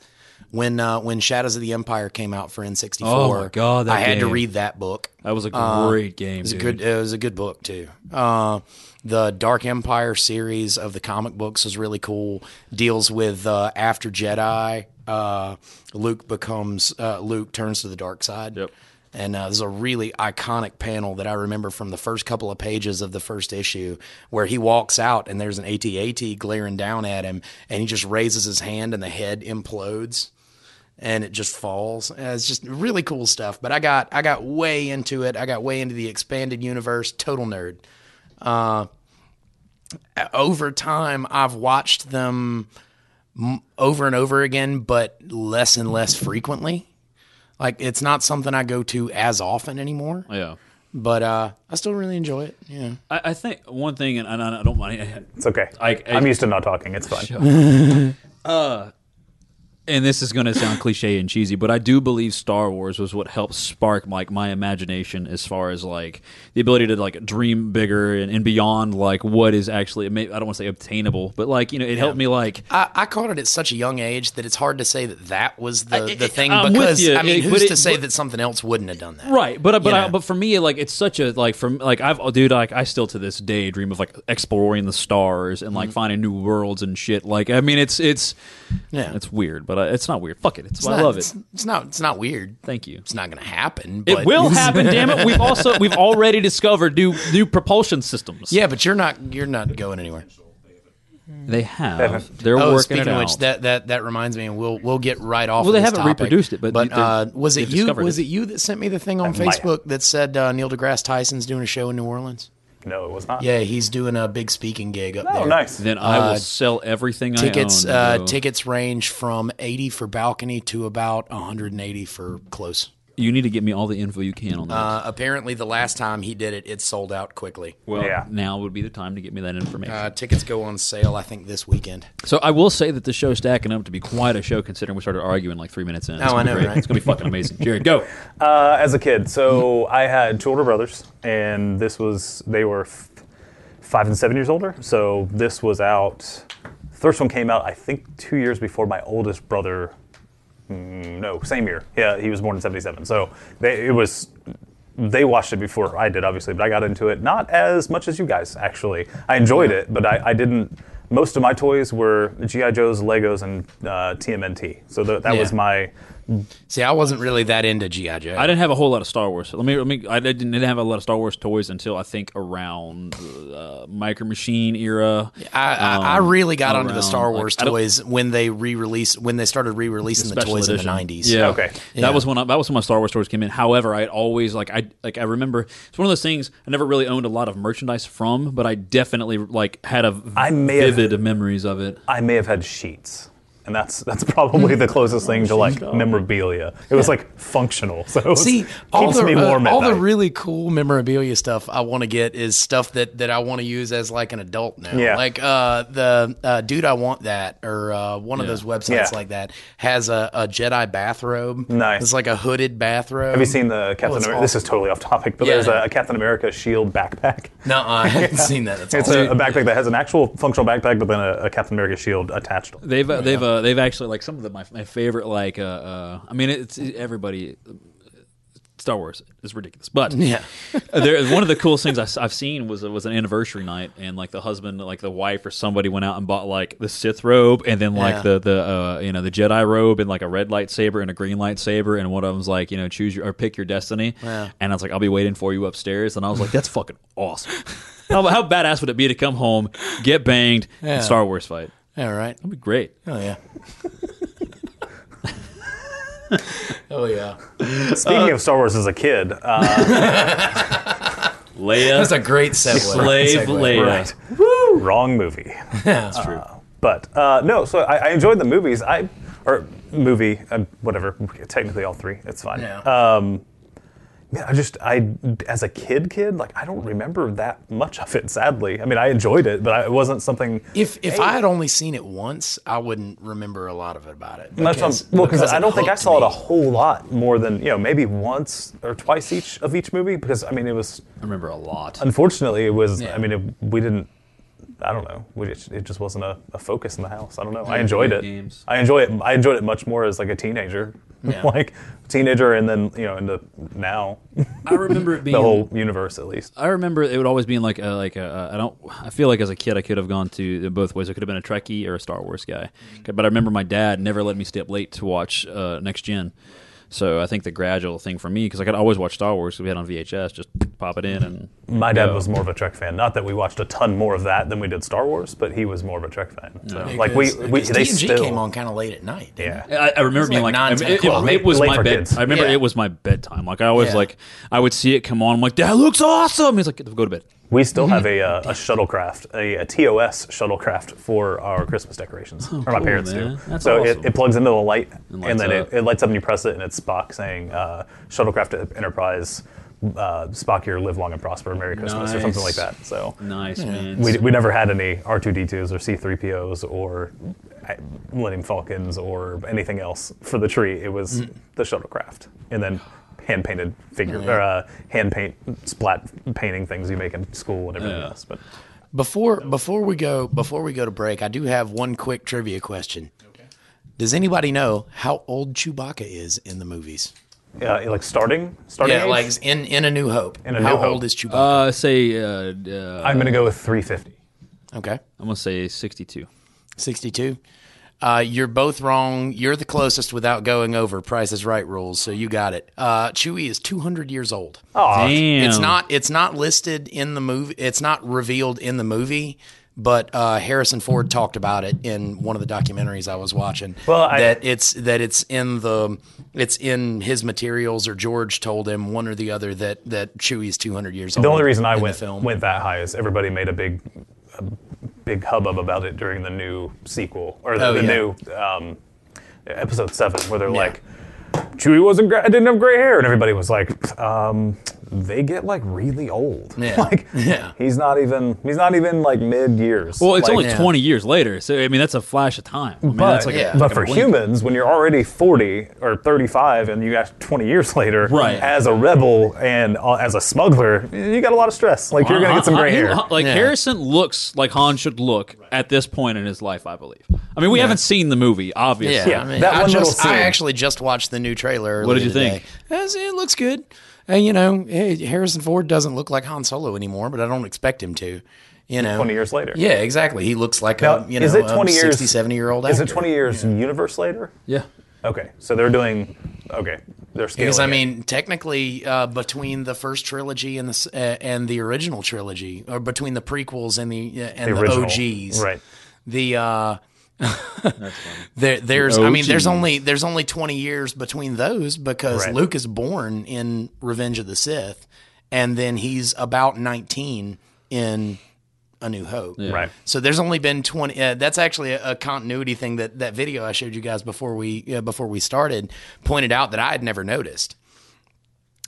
S2: when uh, when Shadows of the Empire came out for N64,
S5: Oh my God, that
S2: I had to
S5: game.
S2: read that book.
S5: That was a great
S2: Uh,
S5: game.
S2: It was a
S5: dude.
S2: good. It was a good book too. Uh, the Dark Empire series of the comic books was really cool. Deals with uh, after Jedi, uh, Luke becomes uh, Luke turns to the dark side.
S5: Yep.
S2: And uh, there's a really iconic panel that I remember from the first couple of pages of the first issue where he walks out and there's an AT-AT glaring down at him and he just raises his hand and the head implodes and it just falls. Uh, It's just really cool stuff. But I got I got way into it. I got way into the expanded universe. Total nerd. Uh, over time, I've watched them m- over and over again, but less and less frequently. Like it's not something I go to as often anymore.
S5: Yeah.
S2: But uh, I still really enjoy it. Yeah.
S5: I, I think one thing, and I, I don't mind,
S3: It's okay.
S5: I- I-
S3: am used to not talking. It's fine.
S5: and this is going to sound cliche and cheesy, but I do believe Star Wars was what helped spark like my imagination as far as like the ability to like dream bigger and, and beyond like what is actually I don't want to say obtainable, but like you know it helped me like
S2: I, I caught it at such a young age that it's hard to say that that was the,
S5: I-
S2: the thing
S5: I'm with
S2: because
S5: you.
S2: I mean,
S5: It-
S2: who's
S5: but it-
S2: to say
S5: but-
S2: that something else wouldn't have done that?
S5: Right, but but
S2: You
S5: I,
S2: know?
S5: but for me, like it's such a like from like I've oh, dude like I still to this day dream of like exploring the stars and like finding new worlds and shit. Like I mean, it's it's
S2: Yeah.
S5: it's weird, but uh, it's not weird. Fuck it, it's,
S2: It's
S5: I
S2: not-
S5: love it.
S2: It's, it's not. It's not weird.
S5: Thank you.
S2: It's not going to happen. But
S5: It will happen, damn it. We've also we've already discovered new new propulsion systems.
S2: Yeah, but you're not. You're not going anywhere.
S5: they have. They're
S2: Oh,
S5: working
S2: speaking
S5: it
S2: of
S5: out.
S2: which, that, that that reminds me, and we'll we'll get right off.
S5: Well,
S2: of
S5: they
S2: this
S5: haven't
S2: topic.
S5: reproduced it, but they've-
S2: uh, was it
S5: they've
S2: you?
S5: discovered
S2: Was
S5: it.
S2: it you that sent me the thing on
S3: might have.
S2: Facebook that said uh, Neil deGrasse Tyson's doing a show in New Orleans?
S3: No, it was not.
S2: Yeah, he's doing a big speaking gig up
S3: Oh,
S2: there.
S3: nice.
S5: then I will sell everything
S2: uh, Tickets
S5: I own.
S2: uh, tickets range from eighty for balcony to about one hundred and eighty for close.
S5: You need to get me all the info you can on that.
S2: Uh, apparently, the last time he did it, it sold out quickly.
S5: well,
S3: yeah.
S5: now would be the time to get me that information.
S2: Uh, tickets go on sale, I think, this weekend.
S5: so I will say that the show's stacking up to be quite a show, considering we started arguing like three minutes in. It's
S2: Oh, I
S5: gonna be
S2: know,
S5: great.
S2: right?
S5: It's gonna be fucking amazing. Jared, go.
S3: Uh, as a kid, so I had two older brothers, and this was they were f- five and seven years older. So this was out. First one came out, I think, two years before my oldest brother. Mm, no, same year. Yeah, he was born in '77. So they, it was they watched it before I did, obviously, but I got into it not as much as you guys, actually. I enjoyed it, but I, I didn't. Most of my toys were G.I. Joe's, Legos, and uh, TMNT. So th- that was
S2: Yeah.
S3: my.
S2: See, I wasn't really that into GI Joe.
S5: I didn't have a whole lot of Star Wars. Let me. Let me. I didn't, didn't have a lot of Star Wars toys until I think around uh, Micro Machine era.
S2: I, I,
S3: Oh.
S2: I
S5: Um,
S2: really got onto
S5: around,
S2: the Star
S5: like,
S2: Wars
S5: I don't-
S2: toys when they re-released when they started re-releasing the,
S5: special
S2: toys in
S5: edition.
S2: the nineties.
S5: Yeah,
S3: Okay.
S2: Yeah.
S5: That was when I, that was when my Star Wars toys came in. However, I had always like I like I remember it's one of those things I never really owned a lot of merchandise from, but I definitely like had a
S3: I may have-
S5: vivid memories of it.
S3: I may have had sheets. And that's that's probably the closest thing
S2: [laughs] Oh
S3: to like memorabilia. It was like functional, [laughs] so it was,
S2: See,
S3: keeps
S2: all the
S3: me
S2: uh,
S3: warm at
S2: all the
S3: night.
S2: really cool memorabilia stuff I want to get is stuff that that I want to use as like an adult now.
S3: Yeah.
S2: Like uh, the uh, dude, I want that, or uh, one of those websites
S3: Yeah.
S2: like that has a, a Jedi bathrobe.
S3: Nice.
S2: It's like a hooded bathrobe.
S3: Have you seen the Captain?
S2: Oh, it's
S3: America? This is totally off topic, but
S2: Yeah.
S3: there's a, a Captain America shield backpack.
S2: No, I haven't seen that. That's
S3: [laughs] It's
S2: awesome.
S3: a, a backpack that has an actual functional backpack, but then a, a Captain America shield attached.
S5: They've uh, they've uh, they've actually like some of the, my my favorite like uh, uh I mean it's everybody Star Wars is ridiculous, but
S2: Yeah.
S5: [laughs] there one of the coolest things I, have seen was was an anniversary night and like the husband like the wife or somebody went out and bought like the Sith robe and then like
S2: Yeah.
S5: the the uh, you know the Jedi robe and like a red lightsaber and a green lightsaber and one of them's like you know choose your or pick your destiny and I was like I'll be waiting for you upstairs and I was like that's fucking awesome. How, how badass would it be to come home, get banged,
S2: Yeah.
S5: and Star Wars fight?
S2: All right.
S5: That'd
S2: [laughs]
S5: be great.
S2: Oh yeah. oh yeah.
S3: Speaking of Star Wars as a kid, uh,
S5: Leia.
S2: That's a
S3: [laughs]
S2: great segue.
S5: Slave
S2: Segue.
S5: Leia.
S3: right? Wrong movie.
S2: [laughs]
S5: That's true.
S3: But uh, no, so I, I enjoyed the movies. I or movie, uh, whatever. Technically, all three. It's fine.
S2: Yeah.
S3: Yeah, I just I as a kid, kid, like I don't remember that much of it. Sadly, I mean, I enjoyed it, but I, it wasn't something.
S2: If if I had only seen it once, I wouldn't remember a lot of it about it.
S3: That's what I'm-
S2: because-
S3: well, because
S2: because
S3: I don't think I
S2: hooked
S3: saw it
S2: me.
S3: a whole lot more than you know, maybe once or twice each of each movie. Because I mean, it was
S5: I remember a lot.
S3: unfortunately it was.
S2: Yeah.
S3: I mean, it, we didn't. I don't know. We just, it just wasn't a, a focus in the house. I don't know. I enjoyed
S5: video
S3: it.
S5: games.
S3: I enjoy it. I enjoyed it much more as like a teenager, [laughs] like teenager, and then you know into now
S5: I remember it being
S3: the whole universe at least.
S5: I remember it would always be like a, like a, I don't I feel like as a kid I could have gone to both ways. I could have been a Trekkie or a Star Wars guy. But I remember my dad never let me stay up late to watch uh, Next Gen. So I think the gradual thing for me because I could always watch Star Wars 'cause we had on VHS, just pop it in and
S3: My dad was more of a Trek fan. Not that we watched a ton more of that than we did Star Wars, but he was more of a Trek fan. So, like we,
S2: Because-
S3: we
S2: because
S3: they
S2: TNG
S3: still
S2: came on kind of late at night. didn't
S3: Yeah.
S2: it?
S5: I, I remember being
S2: like
S5: like, I mean,
S2: 9,
S5: it,
S2: 10 o'clock.
S5: it- it was
S3: Late
S5: my
S3: for
S5: bed.
S3: kids.
S5: I remember
S2: Yeah.
S5: it was my bedtime. Like I always
S2: Yeah.
S5: like I would see it come on. I'm like, that looks awesome. He's like, go to bed.
S3: We still have a,
S5: Mm-hmm.
S3: uh, a shuttlecraft, a, a TOS shuttlecraft for our Christmas decorations, or my
S5: Oh, cool,
S3: parents
S5: man.
S3: do.
S5: That's
S3: so
S5: awesome.
S3: it, it plugs into the light,
S5: And
S3: and,
S5: lights
S3: then it,
S5: up.
S3: it lights up, and you press it, and it's Spock saying, uh, "Shuttlecraft Enterprise, uh, Spock here, live long and prosper, Merry Christmas," or something like
S5: Nice.
S3: that. So
S5: Nice man.
S3: we, we never had any R2D2s or C3POs or uh, Millennium Falcons or anything else for the tree. It was the shuttlecraft. And then hand painted figure or uh, hand paint splat painting things you make in school and everything
S5: Yeah.
S3: else. But
S2: Before before we go before we go to break, I do have one quick trivia question. Does anybody know how old Chewbacca is in the movies?
S3: uh, like starting starting
S2: Yeah,
S3: age,
S2: like in in A New Hope.
S3: In A
S2: how
S3: New Hope.
S2: old is Chewbacca?
S5: uh, say uh, uh,
S3: I'm gonna go with 350.
S2: okay,
S5: I'm gonna say 62.
S2: sixty-two. Uh, you're both wrong. You're the closest without going over Price is Right rules, so you got it. Uh, Chewie is two hundred years old.
S3: Aw,
S5: Damn.
S2: It's not. It's not listed in the movie. It's not revealed in the movie. But uh, Harrison Ford talked about it in one of the documentaries I was watching.
S3: Well, I-
S2: that it's that it's in the it's in his materials, or George told him one or the other that that Chewie's two hundred years old.
S3: the only reason I
S2: in the
S3: went went that high is everybody made a big a big hubbub about it during the new sequel or the,
S2: Oh,
S3: the
S2: yeah.
S3: new um, episode seven, where they're like, Chewie wasn't, gra- didn't have gray hair, and everybody was like, um, they get like really old. [laughs]
S2: Yeah.
S3: like,
S2: Yeah.
S3: he's not even, he's not even like mid years.
S5: Well, it's
S3: like,
S5: only
S2: Yeah.
S5: 20 years later, so I mean that's a flash of time. I mean,
S3: But,
S5: that's like a-
S2: yeah.
S5: like
S3: but
S5: a
S3: for
S5: blink.
S3: humans, when you're already 40 or 35 and you got 20 years later,
S5: Right.
S3: as a rebel and uh, as a smuggler, you got a lot of stress. Like, you're going to get some
S5: Han-
S3: gray
S5: Han-
S3: hair.
S5: Han- Like
S2: Yeah.
S5: Harrison looks like Han should look at this point in his life, I believe. I mean, we haven't seen the movie, obviously.
S2: Yeah,
S3: Yeah,
S2: I mean,
S3: that
S2: I,
S3: one little
S2: just, I
S3: scene.
S2: actually just watched the new trailer.
S5: What did
S2: earlier
S5: you think?
S2: today. It's- It looks good. Uh, you know, hey, Harrison Ford doesn't look like Han Solo anymore, but I don't expect him to. You know,
S3: 20 years later.
S2: Yeah, exactly. He looks like
S3: Now,
S2: a you know,
S3: is it 20
S2: a
S3: years?
S2: 60, 70 year old.
S3: Is it 20 years universe later?
S5: Yeah.
S3: Okay, so they're doing. Okay, they're scaling.
S2: Because I
S3: it.
S2: mean, technically, uh, between the first trilogy and the s- uh, and the original trilogy, or between the prequels and the uh, and the,
S3: original,
S2: OGs,
S3: right?
S2: The uh, [laughs] there, there's, I mean, there's
S5: OGs.
S2: only there's only twenty years between those because
S3: Right.
S2: Luke is born in Revenge of the Sith, and then he's about nineteen in A New Hope.
S3: Right.
S2: So there's only been 20. Uh, that's actually a, a continuity thing that that video I showed you guys before we uh, before we started pointed out that I had never noticed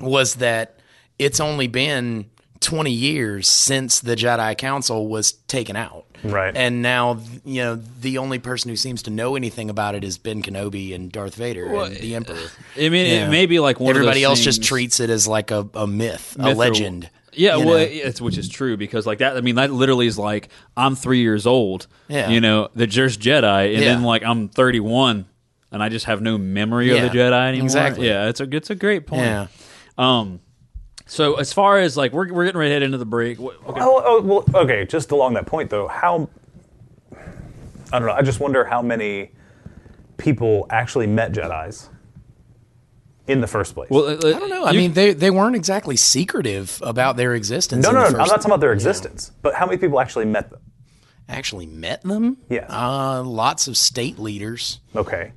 S2: was that it's only been 20 years since the Jedi Council was taken out.
S3: Right.
S2: And now you know the only person who seems to know anything about it is Ben Kenobi and Darth Vader and the Emperor.
S5: I mean, it may be like one
S2: Everybody
S5: of
S2: else
S5: those
S2: just
S5: things-
S2: treats it as like a, a myth, a
S5: myth or-
S2: legend.
S5: Yeah,
S2: you
S5: well,
S2: know?
S5: it- it's which is true because like that. I mean, that literally is like I'm three years old.
S2: Yeah.
S5: you know, the just Jedi, and then
S2: Yeah.
S5: like I'm 31, and I just have no memory
S2: Yeah,
S5: of the Jedi anymore.
S2: exactly.
S5: Yeah, it's a it's a great point.
S2: Yeah.
S5: Um. So as far as like we're we're getting ready to head into the break. What- Okay.
S3: Oh, oh, well, okay. Just along that point, though, how I don't know. I just wonder how many people actually met Jedi's in the first place.
S5: Well, uh,
S2: I don't know. I mean, they, they weren't exactly secretive about their existence.
S3: no,
S2: in
S3: no,
S2: the
S3: no. I'm
S2: first
S3: not talking about their existence, but how many people actually met them?
S2: actually met them.
S3: Yes.
S2: Uh, lots of state leaders.
S3: Okay.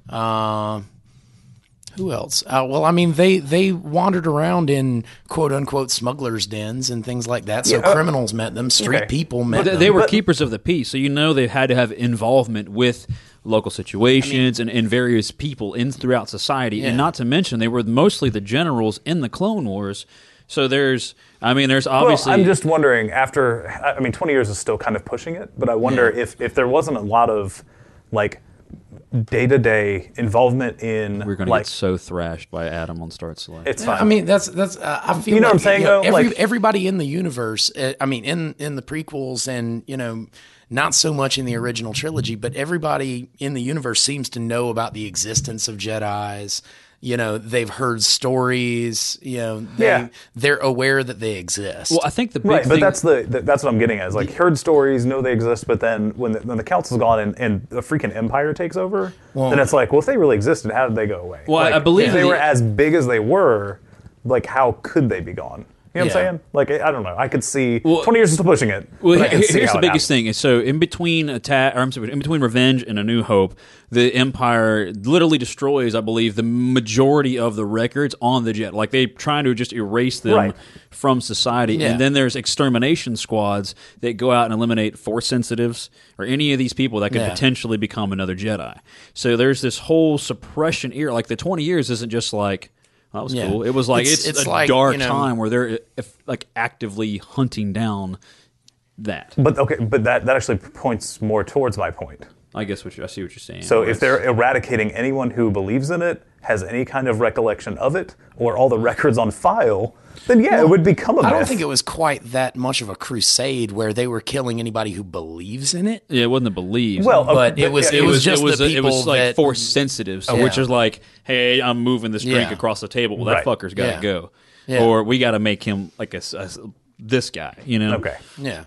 S2: Who else? Uh, well, I mean, they they wandered around in quote unquote smugglers' dens and things like that. So
S3: Yeah, uh,
S2: criminals met them, street
S3: okay.
S2: people met
S5: They,
S2: them.
S5: they were
S3: Um, But-
S5: keepers of the peace, so you know they had to have involvement with local situations and, and various people in throughout society, and not to mention they were mostly the generals in the Clone Wars. So there's, I mean, there's
S3: well,
S5: obviously
S3: I'm just wondering. After, I I mean, 20 years is still kind of pushing it, but I wonder if if there wasn't a lot of like day to day involvement in
S5: we're going to
S3: like
S5: get so thrashed by Adam on Start Select.
S3: it's fine.
S4: I mean, that's that's. Uh, I feel
S3: You know
S4: like,
S3: what I'm saying,
S2: You know,
S3: though?
S2: every,
S3: Like-
S2: everybody in the universe. Uh, I mean, in in the prequels and you know, not so much in the original trilogy, but everybody in the universe seems to know about the existence of Jedi's. You know, they've heard stories. You know, they,
S3: Yeah.
S2: they're aware that they exist.
S5: well, I think the big
S3: Right, but
S5: thing,
S3: that's the th- that's what I'm getting at. Is like heard stories, know they exist, but then when the, when the council's gone and, and the freaking empire takes over, then it's like, well, if they really existed, how did they go away?
S5: Well, I-
S3: Like,
S5: I believe
S3: if they
S5: the-
S3: were as big as they were, like how could they be gone? You know what
S2: Yeah.
S3: I'm saying? Like I I don't know. I could see 20 years is still pushing it.
S5: Well,
S3: but I
S5: he-
S3: can see
S5: here's
S3: how
S5: the
S3: it
S5: biggest
S3: happened.
S5: thing: is so in between attack, or I'm sorry, in between Revenge and A New Hope, the Empire literally destroys, I believe, the majority of the records on the jet. Like they trying to just erase them
S3: Right.
S5: from society.
S2: Yeah.
S5: And then there's extermination squads that go out and eliminate force sensitives or any of these people that could
S2: Yeah.
S5: potentially become another Jedi. So there's this whole suppression era. Like the 20 years isn't just like. That was
S2: Yeah.
S5: cool. It was like
S2: It's-
S5: it's,
S2: it's
S5: a
S2: like,
S5: dark
S2: you know-
S5: time where they're if, like actively hunting down that.
S3: But okay, but that that actually points more towards my point.
S5: I guess what you, I see what you're saying.
S3: So if they're eradicating anyone who believes in it, has any kind of recollection of it, or all the records on file, then yeah, it would become a
S2: I don't
S3: myth.
S2: think it was quite that much of a crusade where they were killing anybody who believes in it.
S5: yeah, it wasn't the beliefs.
S3: Well,
S2: But
S3: okay,
S2: it was
S3: yeah,
S2: it was just
S5: it was,
S2: the
S5: it
S2: people
S5: was like
S2: that
S5: force sensitive, so which
S2: Yeah.
S5: is like, hey, I'm moving this drink
S2: Yeah.
S5: across the table. Well,
S3: Right.
S5: that fucker's got to
S2: Yeah.
S5: go,
S2: Yeah.
S5: or we got to make him like a, s- a s- this guy. You know?
S3: okay.
S2: Yeah.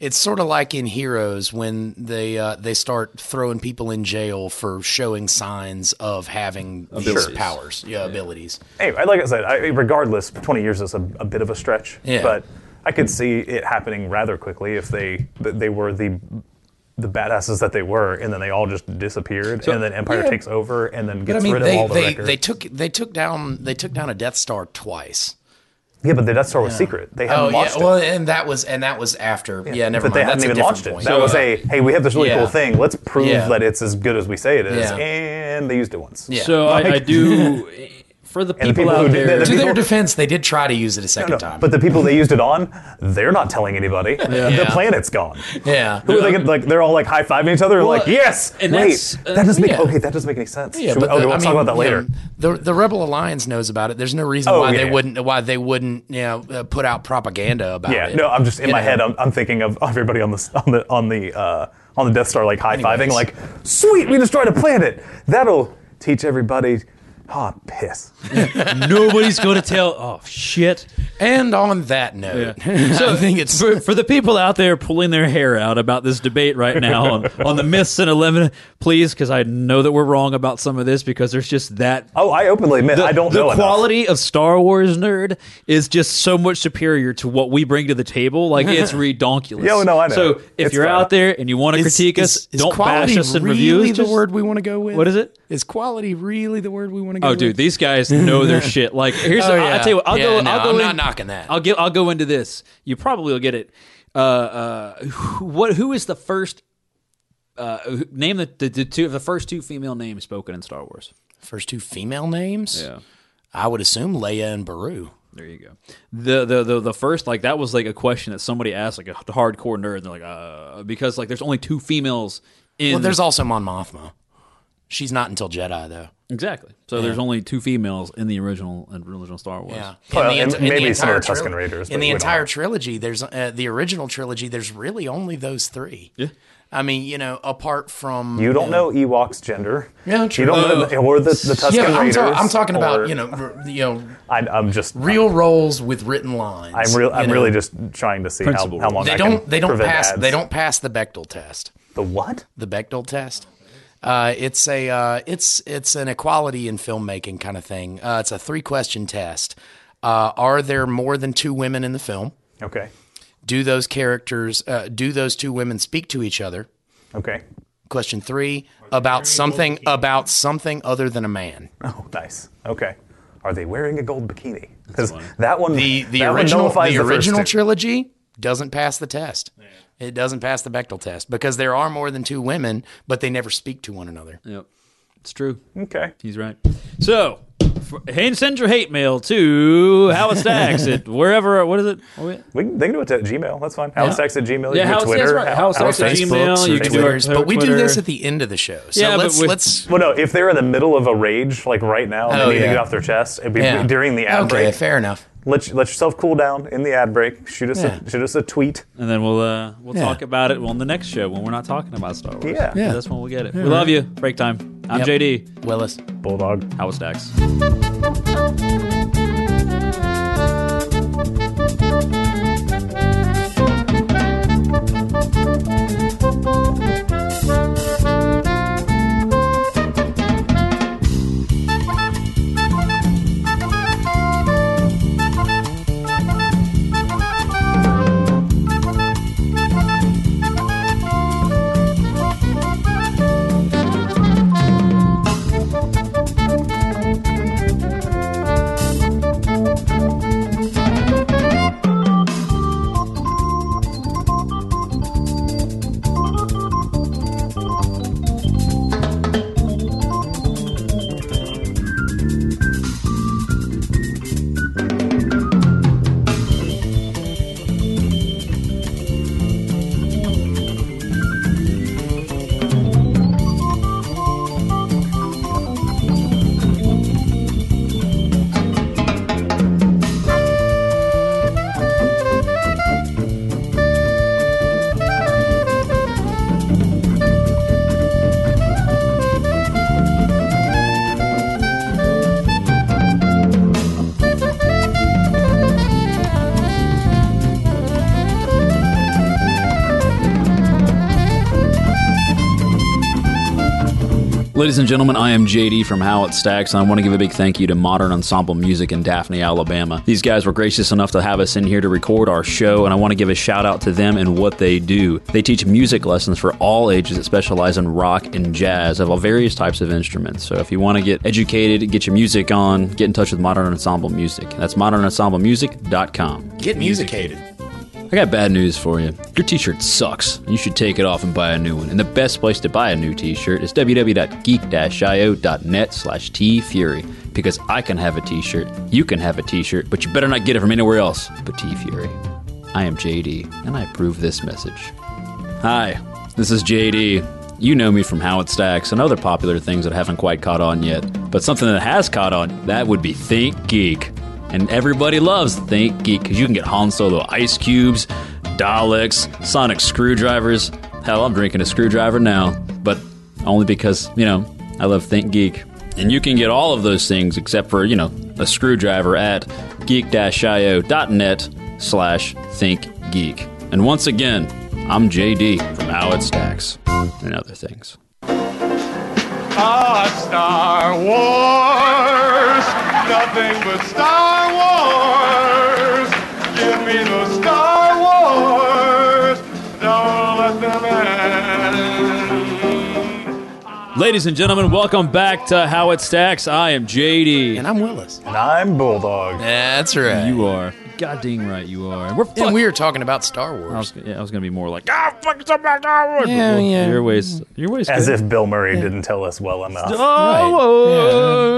S2: It's sort of like in Heroes when they uh, they start throwing people in jail for showing signs of having
S5: Abilities.
S2: these powers, yeah, abilities.
S3: anyway, like I said, I, regardless, 20 years is a, a bit of a stretch.
S2: Yeah.
S3: But I could see it happening rather quickly if they that they were the the badasses that they were, and then they all just disappeared, and then Empire
S4: yeah.
S3: takes over, and then
S4: I
S3: gets
S4: mean,
S3: rid
S2: They
S3: of all the
S2: they,
S3: records.
S2: they took they took down they took down a Death Star twice.
S3: yeah, but the Death Star was secret. They hadn't
S2: Oh yeah,
S3: launched
S2: well,
S3: it.
S2: and that was and that was after. Yeah, never
S3: but they
S2: mind.
S3: hadn't
S2: That's a
S3: even
S2: different
S3: launched it.
S2: point.
S3: That was a hey, we have this really
S2: yeah.
S3: cool thing. Let's prove
S2: Yeah.
S3: that it's as good as we say it is,
S2: Yeah.
S3: [laughs] and they used it once.
S2: Yeah.
S5: So I, I do. for the
S3: And the
S5: people,
S3: people
S5: out
S3: who did
S5: there.
S3: that-
S2: To their defense, they did try to use it a second
S3: No,
S2: time.
S3: but the people they used it on, they're not telling anybody. The
S2: Yeah.
S3: planet's gone.
S2: yeah.
S3: Who are they gonna- like they're all like high fiving each other,
S5: Well,
S3: like yes,
S5: and
S3: wait,
S5: that's-
S3: that doesn't make
S2: uh, yeah.
S3: okay, that doesn't make any sense.
S2: Yeah,
S3: Should we-
S2: but
S3: okay,
S2: the-
S3: we'll
S2: I
S3: talk
S2: mean,
S3: about that
S2: you know,
S3: later.
S2: the the Rebel Alliance knows about it. There's no reason
S3: Oh,
S2: why
S3: yeah,
S2: they
S3: yeah.
S2: wouldn't why they wouldn't you know, uh, put out propaganda about
S3: Yeah,
S2: it.
S3: no, I'm just in
S2: You
S3: my
S2: know?
S3: head. I'm, I'm thinking of everybody on the on the on the uh, on the Death Star, like high fiving,
S2: Anyways.
S3: like sweet, we destroyed a planet. That'll teach everybody. Ah, piss.
S5: [laughs] Nobody's going to tell. Oh shit!
S2: And on that note, [laughs] I think it's
S5: for, for the people out there pulling their hair out about this debate right now on, on the myths and eleven. Please, because I know that we're wrong about some of this because there's just that.
S3: Oh, I openly admit
S5: The,
S3: I don't
S5: the
S3: know enough.
S5: quality of Star Wars nerd is just so much superior to what we bring to the table. Like
S2: [laughs]
S5: it's redonkulous.
S3: Yeah, well, no, I know.
S5: So if
S3: It's
S5: you're
S3: fine.
S5: out there and you want to
S2: is-
S5: critique us,
S2: is- is
S5: don't bash
S2: quality
S5: us in
S2: really
S5: reviews.
S2: The
S5: just-
S2: word we want to go with.
S5: What is it?
S2: Is quality really the word we want to go?
S5: Oh,
S2: with?
S5: dude,
S2: [laughs]
S5: these guys know their shit. Like, here's
S2: Oh,
S5: I- I'll
S2: yeah.
S5: tell you what. I'll
S2: Yeah,
S5: go.
S2: no,
S5: I'll go
S2: I'm
S5: in-
S2: not knocking that.
S5: I'll give. I'll go into this. You probably will get it. Uh, uh, who- what? Who is the first? Uh, who- name the, the, the two the first two female names spoken in Star Wars.
S2: first two female names. I would assume Leia and Baru.
S5: There you go. The, the the the first like that was like a question that somebody asked like a hardcore nerd. And they're like, uh, because like there's only two females in.
S2: Well, there's also Mon Mothma. She's not until Jedi though.
S5: exactly. So there's only two females in the original in original Star Wars.
S2: Yeah,
S3: Well,
S2: ent-
S3: and maybe some of
S2: entire
S3: the Tusken
S2: tril-
S3: Raiders,
S2: In
S3: but
S2: the
S3: we don't
S2: entire
S3: know.
S2: trilogy, there's uh, the original trilogy. There's really only those three.
S5: Yeah.
S2: I mean, you know, apart from
S3: You don't know Ewok's gender.
S2: Yeah, true.
S3: You don't know, the- or the, the Tusken
S2: Yeah, but I'm,
S3: Raiders.
S2: ta- I'm talking
S3: or-
S2: about you know, r- you know,
S3: I, I'm just.
S2: real roles with written lines.
S3: I'm real.
S2: you
S3: I'm
S2: know.
S3: really just trying to see how,
S5: Principal
S3: how long
S2: They
S3: I
S2: don't.
S3: Can
S2: They don't
S3: prevent
S2: pass.
S3: ads.
S2: They don't pass the Bechtel test.
S3: The what?
S2: The Bechtel test. Uh, it's a uh, it's it's an equality in filmmaking kind of thing. Uh, it's a three question test. Uh, are there more than two women in the film?
S3: Okay.
S2: Do those characters? Uh, do those two women speak to each other?
S3: Okay.
S2: Question three about something about something other than a man.
S3: Oh, nice. Okay. Are they wearing a gold bikini? Because that one,
S2: The the
S3: that one
S2: original
S3: nullifies
S2: the
S3: first
S2: original
S3: two.
S2: trilogy doesn't pass the test. It doesn't pass the Bechtel test because there are more than two women, but they never speak to one another.
S5: Yep. It's true.
S3: Okay.
S5: He's right. So, for, and send your hate mail to how it stacks at wherever. What is it? Oh, yeah.
S3: We can, they can do it to Gmail. That's fine. Halistax at Gmail.
S5: Yeah,
S3: you can do
S5: Halistax,
S3: Twitter.
S5: right.
S3: Hal-
S5: Halistax at
S3: Halistax.
S5: Gmail,
S2: Books or
S5: you can do our-
S2: Twitters, but we do
S5: Twitter.
S2: this at the end of the show. So
S5: Yeah, but
S2: let's
S5: we-
S2: let's
S3: Well, no, if they're in the middle of a rage, like right now, and
S2: Oh,
S3: they need
S2: yeah.
S3: to get off their chest, it'd be
S2: yeah.
S3: [laughs] during the ad
S2: okay,
S3: break.
S2: fair enough.
S3: Let, you- let yourself cool down in the ad break. Shoot us,
S2: Yeah.
S3: a, shoot us a tweet.
S5: And then we'll uh, we'll
S2: Yeah.
S5: talk about it on the next show when we're not talking about Star Wars.
S3: Yeah.
S2: Yeah.
S5: That's when we'll get it. We love you. Break time. I'm
S2: Yep.
S5: JD.
S2: Willis.
S3: Bulldog.
S5: How it stacks. Ladies and gentlemen, I am JD from How It Stacks, and I want to give a big thank you to Modern Ensemble Music in Daphne, Alabama. These guys were gracious enough to have us in here to record our show, and I want to give a shout out to them and what they do. They teach music lessons for all ages that specialize in rock and jazz of all various types of instruments. So if you want to get educated, get your music on, get in touch with Modern Ensemble Music. That's modernensemblemusic.com.
S2: Get musicated.
S5: I got bad news for you. Your t shirt sucks. You should take it off and buy a new one. And the best place to buy a new t shirt is www.geek-io.net slash tfury. because I can have a t shirt, you can have a t shirt, but you better not get it from anywhere else but T Fury. I am JD, and I approve this message. Hi, this is JD. You know me from How It Stacks and other popular things that haven't quite caught on yet. But something that has caught on, that would be Think Geek. And everybody loves Think Geek because you can get Han Solo ice cubes, Daleks, sonic screwdrivers. Hell, I'm drinking a screwdriver now, but only because, you know, I love Think Geek. And you can get all of those things except for, you know, a screwdriver at geek-io.net slash thinkgeek. And once again, I'm JD from How It Stacks and other things.
S6: Ah, Star Wars, nothing but Star Wars. Give me the Star Wars. Don't let them end.
S5: Ladies and gentlemen, welcome back to How It Stacks. I am JD.
S2: And I'm Willis.
S3: And I'm Bulldog.
S2: That's right.
S5: You are. God dang right you are. And we're fucking.
S2: and we were talking about Star
S5: I
S2: Wars.
S5: was, yeah, I was gonna be more like ah fuck it's about Darwin.
S4: Yeah,
S5: Well,
S4: yeah.
S5: Your ways, your ways.
S3: As
S5: good.
S3: if Bill Murray didn't tell us well enough.
S5: Star
S2: Right.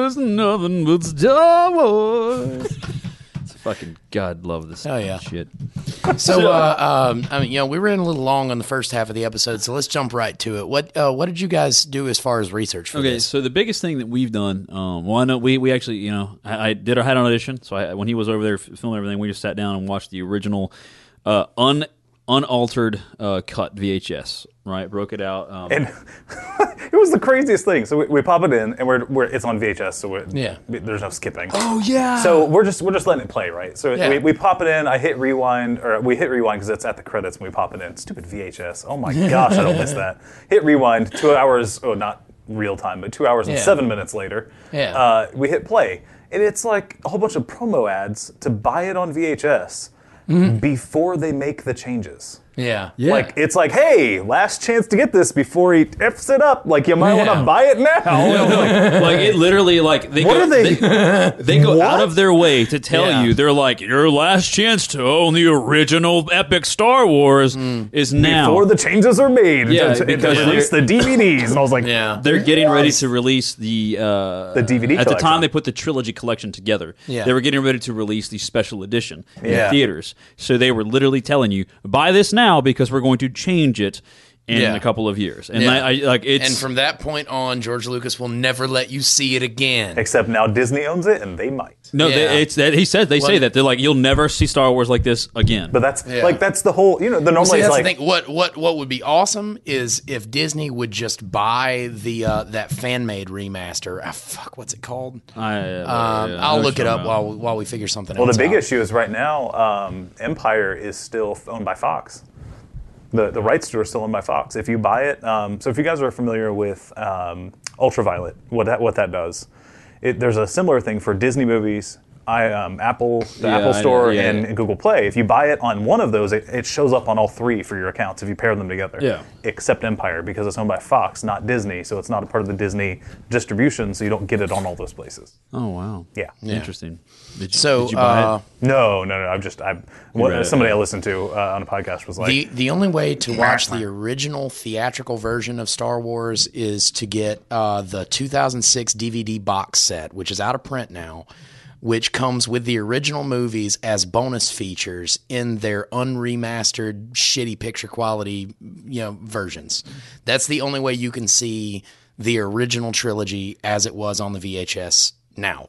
S5: Wars, nothing but Star Wars. [laughs] it's fucking God love this
S2: Oh, yeah.
S5: shit.
S2: So, uh, um, I mean, you know, we ran a little long on the first half of the episode, so let's jump right to it. What uh, What did you guys do as far as research for
S5: Okay,
S2: this?
S5: so the biggest thing that we've done, um, well, I know we, we actually, you know, I, I did our had an audition. So I, when he was over there f- filming everything, we just sat down and watched the original, uh, un unaltered uh, cut VHS. Right, broke it out.
S3: [laughs]
S5: Um,
S3: And it was the craziest thing. So we, we pop it in, and we're, we're it's on VHS, so we're,
S2: Yeah.
S3: we- there's no skipping.
S2: Oh yeah.
S3: So we're just we're just letting it play, right? So
S2: Yeah.
S3: we, we pop it in. I hit rewind, or we hit rewind because it's at the credits, and we pop it in. Stupid VHS. Oh my gosh, I
S2: [laughs]
S3: don't miss that. Hit rewind. Two hours. Oh, not real time, but two hours and
S2: Yeah.
S3: seven minutes later.
S2: Yeah.
S3: Uh, we hit play, and it's like a whole bunch of promo ads to buy it on VHS before they make the changes.
S2: Mm-hmm. yeah.
S3: Like it's like, hey, last chance to get this before he f's it up. Like you might want
S2: Yeah.
S3: to buy
S2: [laughs]
S3: it now.
S5: like it literally, like they
S3: What
S5: go,
S3: are they?
S5: they go
S3: What?
S5: out of their way to tell
S2: Yeah.
S5: you they're like your last chance to own the original epic Star Wars is now.
S3: Mm. Before the changes are made,
S5: Yeah,
S3: to, to
S5: because
S3: release the DVDs, and I was like,
S2: Yeah.
S5: They're getting ready to release the uh,
S3: The DVD
S5: At the time,
S3: collection.
S5: they put the trilogy collection together.
S2: Yeah.
S5: They were getting ready to release the special edition
S3: Yeah.
S5: in theaters. So they were literally telling you, buy this now because we're going to change it in
S2: Yeah.
S5: a couple of years. And
S2: Yeah.
S5: I, I like it's
S2: And from that point on, George Lucas will never let you see it again.
S3: Except now Disney owns it, and they might.
S5: no,
S2: Yeah.
S5: they, it's that he said they say
S2: Well-
S5: that they're like you'll never see Star Wars like this again.
S3: But that's
S2: Yeah.
S3: like that's the whole. You know, the normally
S2: See,
S3: it's
S2: that's
S3: like
S2: the thing. What what what would be awesome is if Disney would just buy the uh, that fan made remaster. Ah, fuck, what's it called?
S5: I,
S2: Um, I'll look it up while while we figure something
S3: well,
S2: else
S3: the big
S2: out.
S3: issue is right now um, Empire is still owned by Fox. The the rights to it are still owned by Fox. If you buy it, um, so if you guys are familiar with um, Ultraviolet, what that what that does, it, there's a similar thing for Disney movies. I um, Apple the
S5: Yeah,
S3: Apple
S5: I know.
S3: Store
S5: Yeah,
S3: and
S5: yeah.
S3: Google Play. If you buy it on one of those, it, it shows up on all three for your accounts if you pair them together.
S5: Yeah.
S3: Except Empire because it's owned by Fox, not Disney, so it's not a part of the Disney distribution, so you don't get it on all those places.
S5: Oh wow,
S3: Yeah.
S5: interesting. Did you,
S2: So
S5: did you buy
S2: uh,
S5: it?
S3: No, no, no. I'm just I.
S5: read
S3: What,
S5: it,
S3: somebody
S5: yeah.
S3: I listened to uh, on a podcast was like,
S2: the the only way to watch the original theatrical version of Star Wars is to get uh, the 2006 DVD box set, which is out of print now, which comes with the original movies as bonus features in their unremastered, shitty picture quality, you know, versions. That's the only way you can see the original trilogy as it was on the VHS now,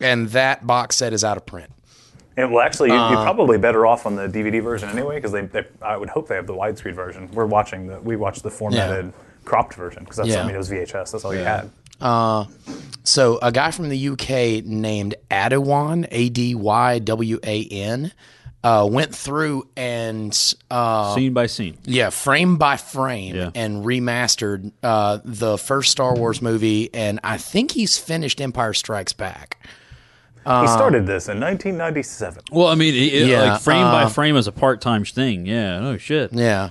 S2: and that box set is out of print.
S3: and well, actually, you-
S2: uh,
S3: you're probably better off on the DVD version anyway, because they, they, I would hope they have the widescreen version. We're watching the, we watched the formatted cropped version because that's,
S2: Yeah.
S3: I mean, it was VHS. That's all you had.
S2: So a guy from the UK named Adywan, A D Y W A N, uh, went through and uh,
S5: scene by scene.
S2: yeah, frame by frame,
S5: Yeah.
S2: and remastered uh, the first Star Wars movie, and I think he's finished Empire Strikes Back. Uh,
S3: he started this in 1997.
S5: Well, I mean, it, it-
S2: Yeah, uh,
S5: like frame by frame is a part time thing. Yeah. Oh shit.
S2: Yeah.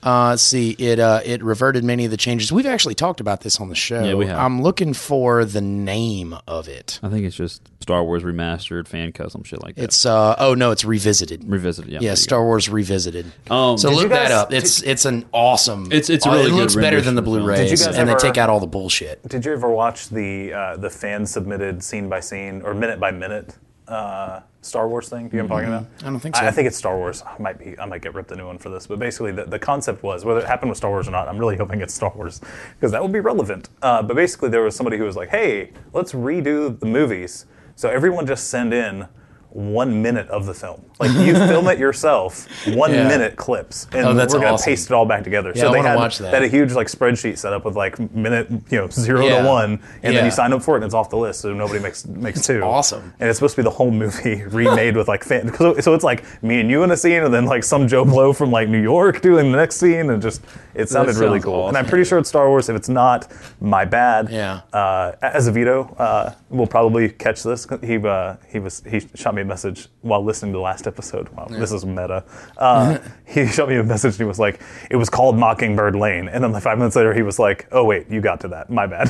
S2: Uh, let's see, it uh, it reverted many of the changes. We've actually talked about this on the show.
S5: Yeah, we have.
S2: I'm looking for the name of it.
S5: I think it's just Star Wars remastered, fan custom shit like that.
S2: It's uh oh no, it's revisited.
S5: revisited. Yeah, there
S2: yeah,
S5: you go.
S2: Star Wars Revisited.
S5: Um,
S2: so
S5: Did
S2: look
S3: you guys-
S2: that up. It's it's an awesome.
S5: It's- it's a
S2: uh,
S5: really
S2: it
S5: good
S2: looks better than the
S5: rendition.
S3: Did you
S2: Blu-rays,
S3: guys
S2: and
S3: ever-
S2: they take out all the bullshit.
S3: Did you ever watch the uh, the fan submitted scene by scene or minute by minute uh, Star Wars thing? Do you know what I'm talking about?
S2: Mm-hmm. I don't think so.
S3: I, think it's Star Wars. I might be. I might get ripped a new one for this, but basically the, the concept was whether it happened with Star Wars or not. I'm really hoping it's Star Wars because that would be relevant. Uh, but basically, there was somebody who was like, "Hey, let's redo the movies." So everyone just send in one minute of the film. Like you film it yourself,
S2: [laughs]
S3: one
S2: Yeah.
S3: minute clips, and
S2: Oh, that's
S3: we're gonna
S2: awesome.
S3: paste it all back together.
S2: Yeah, I
S3: so they
S2: wanna
S3: had,
S2: watch that.
S3: they had a huge like spreadsheet set up with like minute, you know, zero
S2: Yeah.
S3: to one, and then
S2: Yeah.
S3: you sign up for it, and it's off the list, so nobody makes makes two.
S2: awesome.
S3: And it's supposed to be the whole movie [laughs] remade with like fan. So, so it's like me and you in a scene, and then like some Joe Blow from like New York doing the next scene, and just it sounded really
S5: sounds
S3: cool.
S5: awesome.
S3: And I'm pretty sure it's Star Wars. If it's not, my bad.
S2: Yeah.
S3: Uh, Azevedo uh, will probably catch this. He uh, he was he shot me a message while listening to the last episode. Wow, this is meta.
S5: [laughs]
S3: Uh, he shot me a message and he was like, "It was called Mockingbird Lane," and then like five minutes later, he was like, "Oh wait, you got to that. My bad."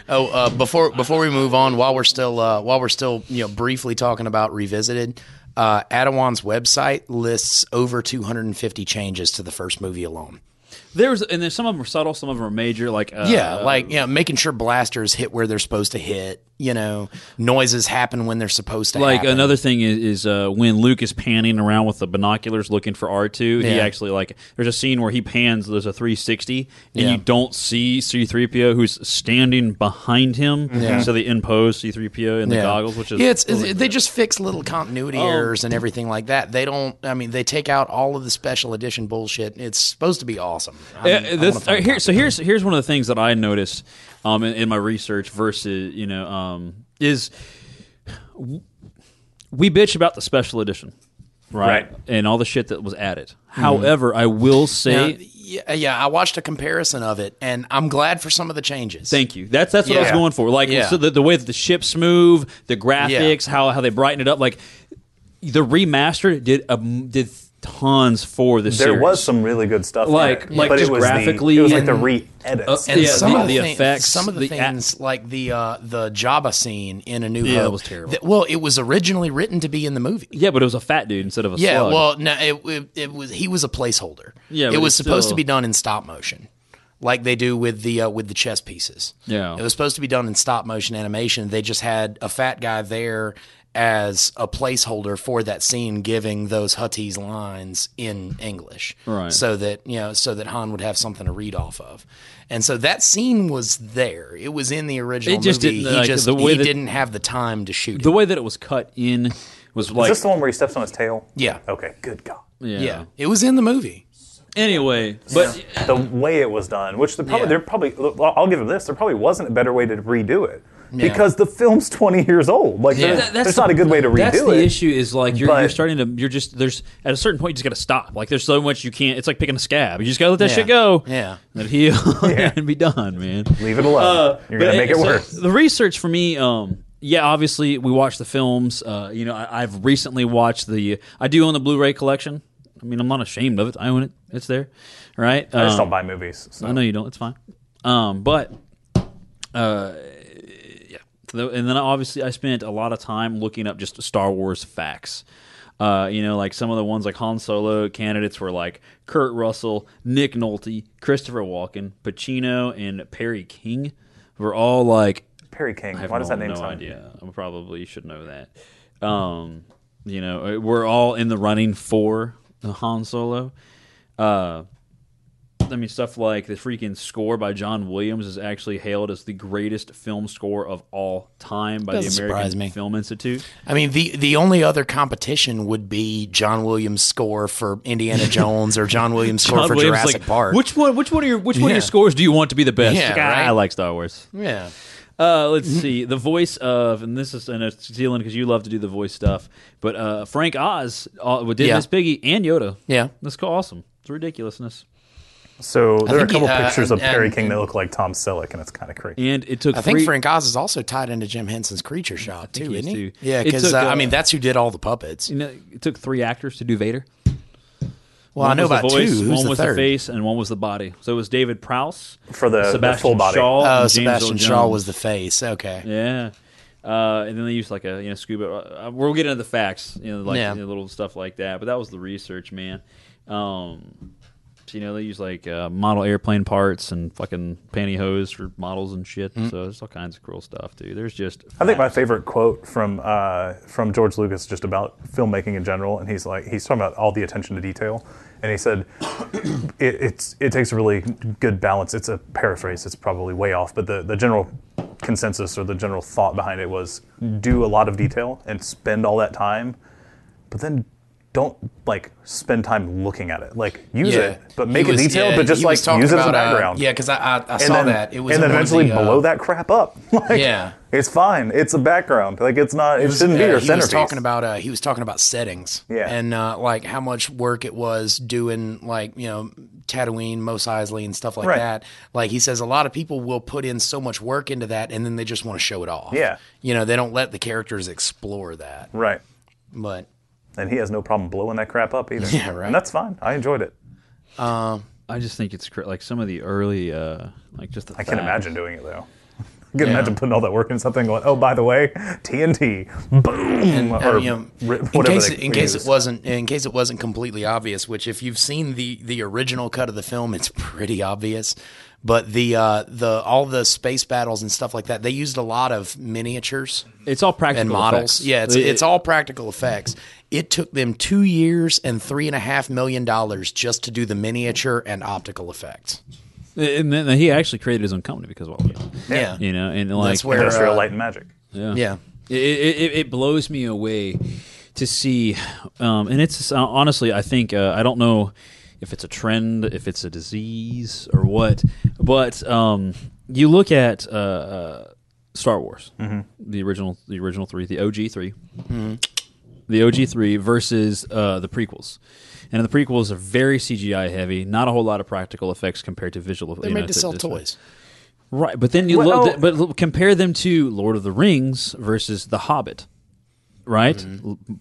S3: [laughs]
S2: Oh, uh, before before we move on, while we're still uh, while we're still you know briefly talking about revisited, uh, Adawan's website lists over 250 changes to the first movie alone.
S5: There's and then some of them are subtle, some of them are major. Like uh,
S2: Yeah, like yeah, making sure blasters hit where they're supposed to hit. You know, noises happen when they're supposed to.
S5: like
S2: happen.
S5: another thing is, is uh, when Luke is panning around with the binoculars looking for R two, he
S2: Yeah.
S5: actually like there's a scene where he pans. There's a 360, and
S2: Yeah.
S5: you don't see C three PO who's standing behind him. So they impose C three PO in the goggles, which is
S2: Mm-hmm. yeah, it's,
S5: really Oh.
S2: they just fix little continuity errors and everything like that. They don't. I mean, they take out all of the special edition bullshit. It's supposed to be awesome. I
S5: Yeah,
S2: mean, I
S5: this-
S2: wanna find
S5: uh, here-
S2: a
S5: so here's here's one of the things that I noticed um, in, in my research versus you know um, is w- we bitch about the special edition, right?
S3: Right.
S5: And all the shit that was added.
S2: Mm-hmm.
S5: However, I will say.
S2: copy. Uh, yeah, yeah, I watched a comparison of it, and I'm glad for some of the changes.
S5: Thank you. That's that's what I was
S2: Yeah.
S5: going for. Like
S2: Yeah.
S5: so the, the way that the ships move, the graphics, how how they brighten it up. Like the remaster did um, did tons for this.
S3: there
S5: series.
S3: was some really good stuff. in
S5: Like-
S3: it,
S5: like
S3: but
S5: just
S3: it was
S5: graphically
S3: the, it was like the
S2: and-
S3: re-edits.
S5: uh,
S2: And
S5: Yeah,
S2: some,
S5: the-
S2: of the
S5: the
S2: things,
S5: effects,
S2: some of the,
S5: the act-
S2: things, like the uh, the Jabba scene in A New
S5: Yeah,
S2: Hope,
S5: that was terrible.
S2: that- well, it was originally written to be in the movie.
S5: yeah, but it was a fat dude instead of a
S2: Yeah,
S5: slug.
S2: well, no, it, it, it was he was a placeholder.
S5: Yeah,
S2: it
S5: but
S2: was
S5: it's
S2: supposed to
S5: still-
S2: be done in stop motion, like they do with the uh, with the chess pieces.
S5: Yeah.
S2: it was supposed to be done in stop motion animation. They just had a fat guy there as a placeholder for that scene, giving those Huttese lines in English,
S5: Right.
S2: So that you know, so that Han would have something to read off of. And so that scene was there. It was in the original
S5: It just
S2: movie.
S5: didn't,
S2: he
S5: like,
S2: just
S5: the way
S2: he
S5: that-
S2: didn't have the time to shoot.
S5: the
S2: it.
S5: way that it was cut in was like
S3: Is this the one where he steps on his tail?
S2: Yeah.
S3: Okay. Good God.
S2: yeah, it was in the movie.
S5: Anyway, but
S3: the way it was done, which there probably,
S2: Yeah.
S3: there probably I'll I'll give them this, there probably wasn't a better way to redo it because the film's 20 years old. Like, there's,
S5: That- that's
S3: there's
S5: the-
S3: not a good way to redo
S5: that's
S3: it.
S5: the issue. Is like you're, you're
S3: But-
S5: starting to you're just there's at a certain point you just got to stop. Like there's so much you can't. It's like picking a scab. You just got to let that
S2: Yeah.
S5: shit go.
S2: Yeah.
S5: let it heal [laughs]
S3: Yeah.
S5: and be done, man.
S3: Leave it alone. You're
S5: Uh, But
S3: gonna make it
S5: so
S3: worse.
S5: The research for me, um, yeah, obviously we watch the films. Uh, you know, I, I've recently watched the. I do own the Blu-ray collection. I mean, I'm not ashamed of it. I own it. It's there, right?
S3: I just don't
S5: Um,
S3: buy movies. So.
S5: I know you don't. It's fine. Um, but uh, yeah. And then obviously, I spent a lot of time looking up just Star Wars facts. Uh, you know, like some of the ones like Han Solo candidates were like Kurt Russell, Nick Nolte, Christopher Walken, Pacino, and Perry King were all like
S3: Perry King.
S5: I have
S3: Why does
S5: no,
S3: that name
S5: no
S3: sound?
S5: idea. I probably should know that. Um, you know, we're all in the running for Han Solo. Uh, I mean, stuff like the freaking score by John Williams is actually hailed as the greatest film score of all time by
S2: Doesn't
S5: the
S2: surprise
S5: American
S2: me.
S5: Film Institute.
S2: I mean, the the only other competition would be John Williams' score for
S5: [laughs]
S2: Indiana Jones or John Williams' score
S5: John
S2: for
S5: Williams is
S2: Jurassic
S5: like,
S2: Park.
S5: Which one? Which one of your which one of
S2: Yeah.
S5: your scores do you want to be the best?
S2: Yeah,
S5: Like, "Ah,
S2: right?
S5: I like Star Wars.
S2: yeah,
S5: Uh, let's
S2: Mm-hmm.
S5: see. The voice of, and this is in New Zealand because you love to do the voice stuff, but uh, Frank Oz uh, did
S2: Yeah.
S5: Miss Piggy and Yoda.
S2: Yeah.
S5: That's cool. awesome. It's ridiculousness.
S3: So there are a
S2: think he-
S3: couple
S2: uh,
S3: pictures of
S2: and-
S3: Perry
S2: and-
S3: King that look like Tom Selleck, and it's kind of creepy.
S5: And it took
S2: I think
S5: three,
S2: Frank Oz is also tied into Jim Henson's Creature Shop too,
S5: he is
S2: isn't he?
S5: too.
S2: Yeah,
S5: It
S2: because
S5: took,
S2: uh,
S5: uh,
S2: I mean that's who did all the puppets.
S5: you know, it took three actors to do Vader.
S2: Well, I
S5: One
S2: know
S5: was the
S2: about two.
S5: voice,
S2: Who's
S5: one
S2: the
S5: was
S2: third?
S5: the face, and one was the body. So it was David Prouse
S3: For the- the
S5: Sebastian
S3: full body.
S2: Oh,
S5: Shaw. and James Earl
S2: Sebastian Shaw
S5: Jones.
S2: was the face. Okay.
S5: Yeah. Uh, and then they used like a you know scuba. Uh, we'll get into the facts, you know, like
S2: Yeah.
S5: you know, little stuff like that. But that was the research, man. Um, so, you know, they use like uh, model airplane parts and fucking pantyhose for models and shit.
S2: Mm-hmm.
S5: So there's all kinds of cool stuff, dude. There's just
S3: I think my favorite quote from uh, from George Lucas just about filmmaking in general, and he's like he's talking about all the attention to detail, and he said [clears throat] it, it's it takes a really good balance. It's a paraphrase; it's probably way off, but the the general consensus or the general thought behind it was do a lot of detail and spend all that time, but then don't like spend time looking at it. Like use it, but make
S2: He
S3: it
S2: was-
S3: detailed,
S2: yeah,
S3: but just
S2: he
S3: like
S2: was talking
S3: use it as a
S2: about, uh,
S3: background.
S2: yeah, because I, I, I
S3: And
S2: saw
S3: then,
S2: that. It was
S3: and then
S2: in one of
S3: eventually
S2: the, uh,
S3: blow that crap up. [laughs] Like,
S2: Yeah.
S3: it's fine. It's a background. Like it's not. It,
S2: was-
S3: shouldn't be
S2: uh,
S3: your
S2: he
S3: centerpiece.
S2: was talking about uh, he was talking about settings,
S3: Yeah.
S2: and uh, like how much work it was doing, like you know, Tatooine, Mos Eisley, and stuff like
S3: Right.
S2: that. Like he says, a lot of people will put in so much work into that, and then they just want to show it off.
S3: Yeah.
S2: you know, they don't let the characters explore that.
S3: right,
S2: But
S3: and he has no problem blowing that crap up either.
S2: Yeah, right.
S3: And that's fine. I enjoyed it.
S5: I just think it's cr- like some of the early uh, like just the
S3: I can not imagine doing it though. [laughs] I can imagine putting all that work in something. Going, oh, by the way, TNT, boom, or
S2: Uh, you know,
S3: ri-
S2: in
S3: whatever
S2: case
S3: they
S2: in case it
S3: used.
S2: wasn't in case it wasn't completely obvious, which if you've seen the the original cut of the film, it's pretty obvious. But the uh, the all the space battles and stuff like that, they used a lot of miniatures
S5: It's all practical
S2: and models.
S5: effects.
S2: Yeah, it's
S5: It-
S2: it's all practical effects. It took them two years and three and a half million dollars just to do the miniature and optical effects.
S5: And then he actually created his own company because of all of it.
S2: Yeah,
S5: You know, and like
S2: that's where
S3: industrial
S2: uh,
S3: light and magic.
S2: yeah.
S5: It, it, it- it blows me away to see, um, and it's uh, honestly, I think uh, I don't know if it's a trend, if it's a disease, or what, but um, you look at uh, uh, Star Wars, the original, the original three, the OG 3 the OG three versus uh, the prequels. And the prequels are very CGI heavy, not a whole lot of practical effects compared to visual.
S2: They're made to sell toys.
S5: Right, but then you
S3: Well- oh.
S5: look, but l- compare them to Lord of the Rings versus The Hobbit, right?
S3: Mm-hmm.
S5: L-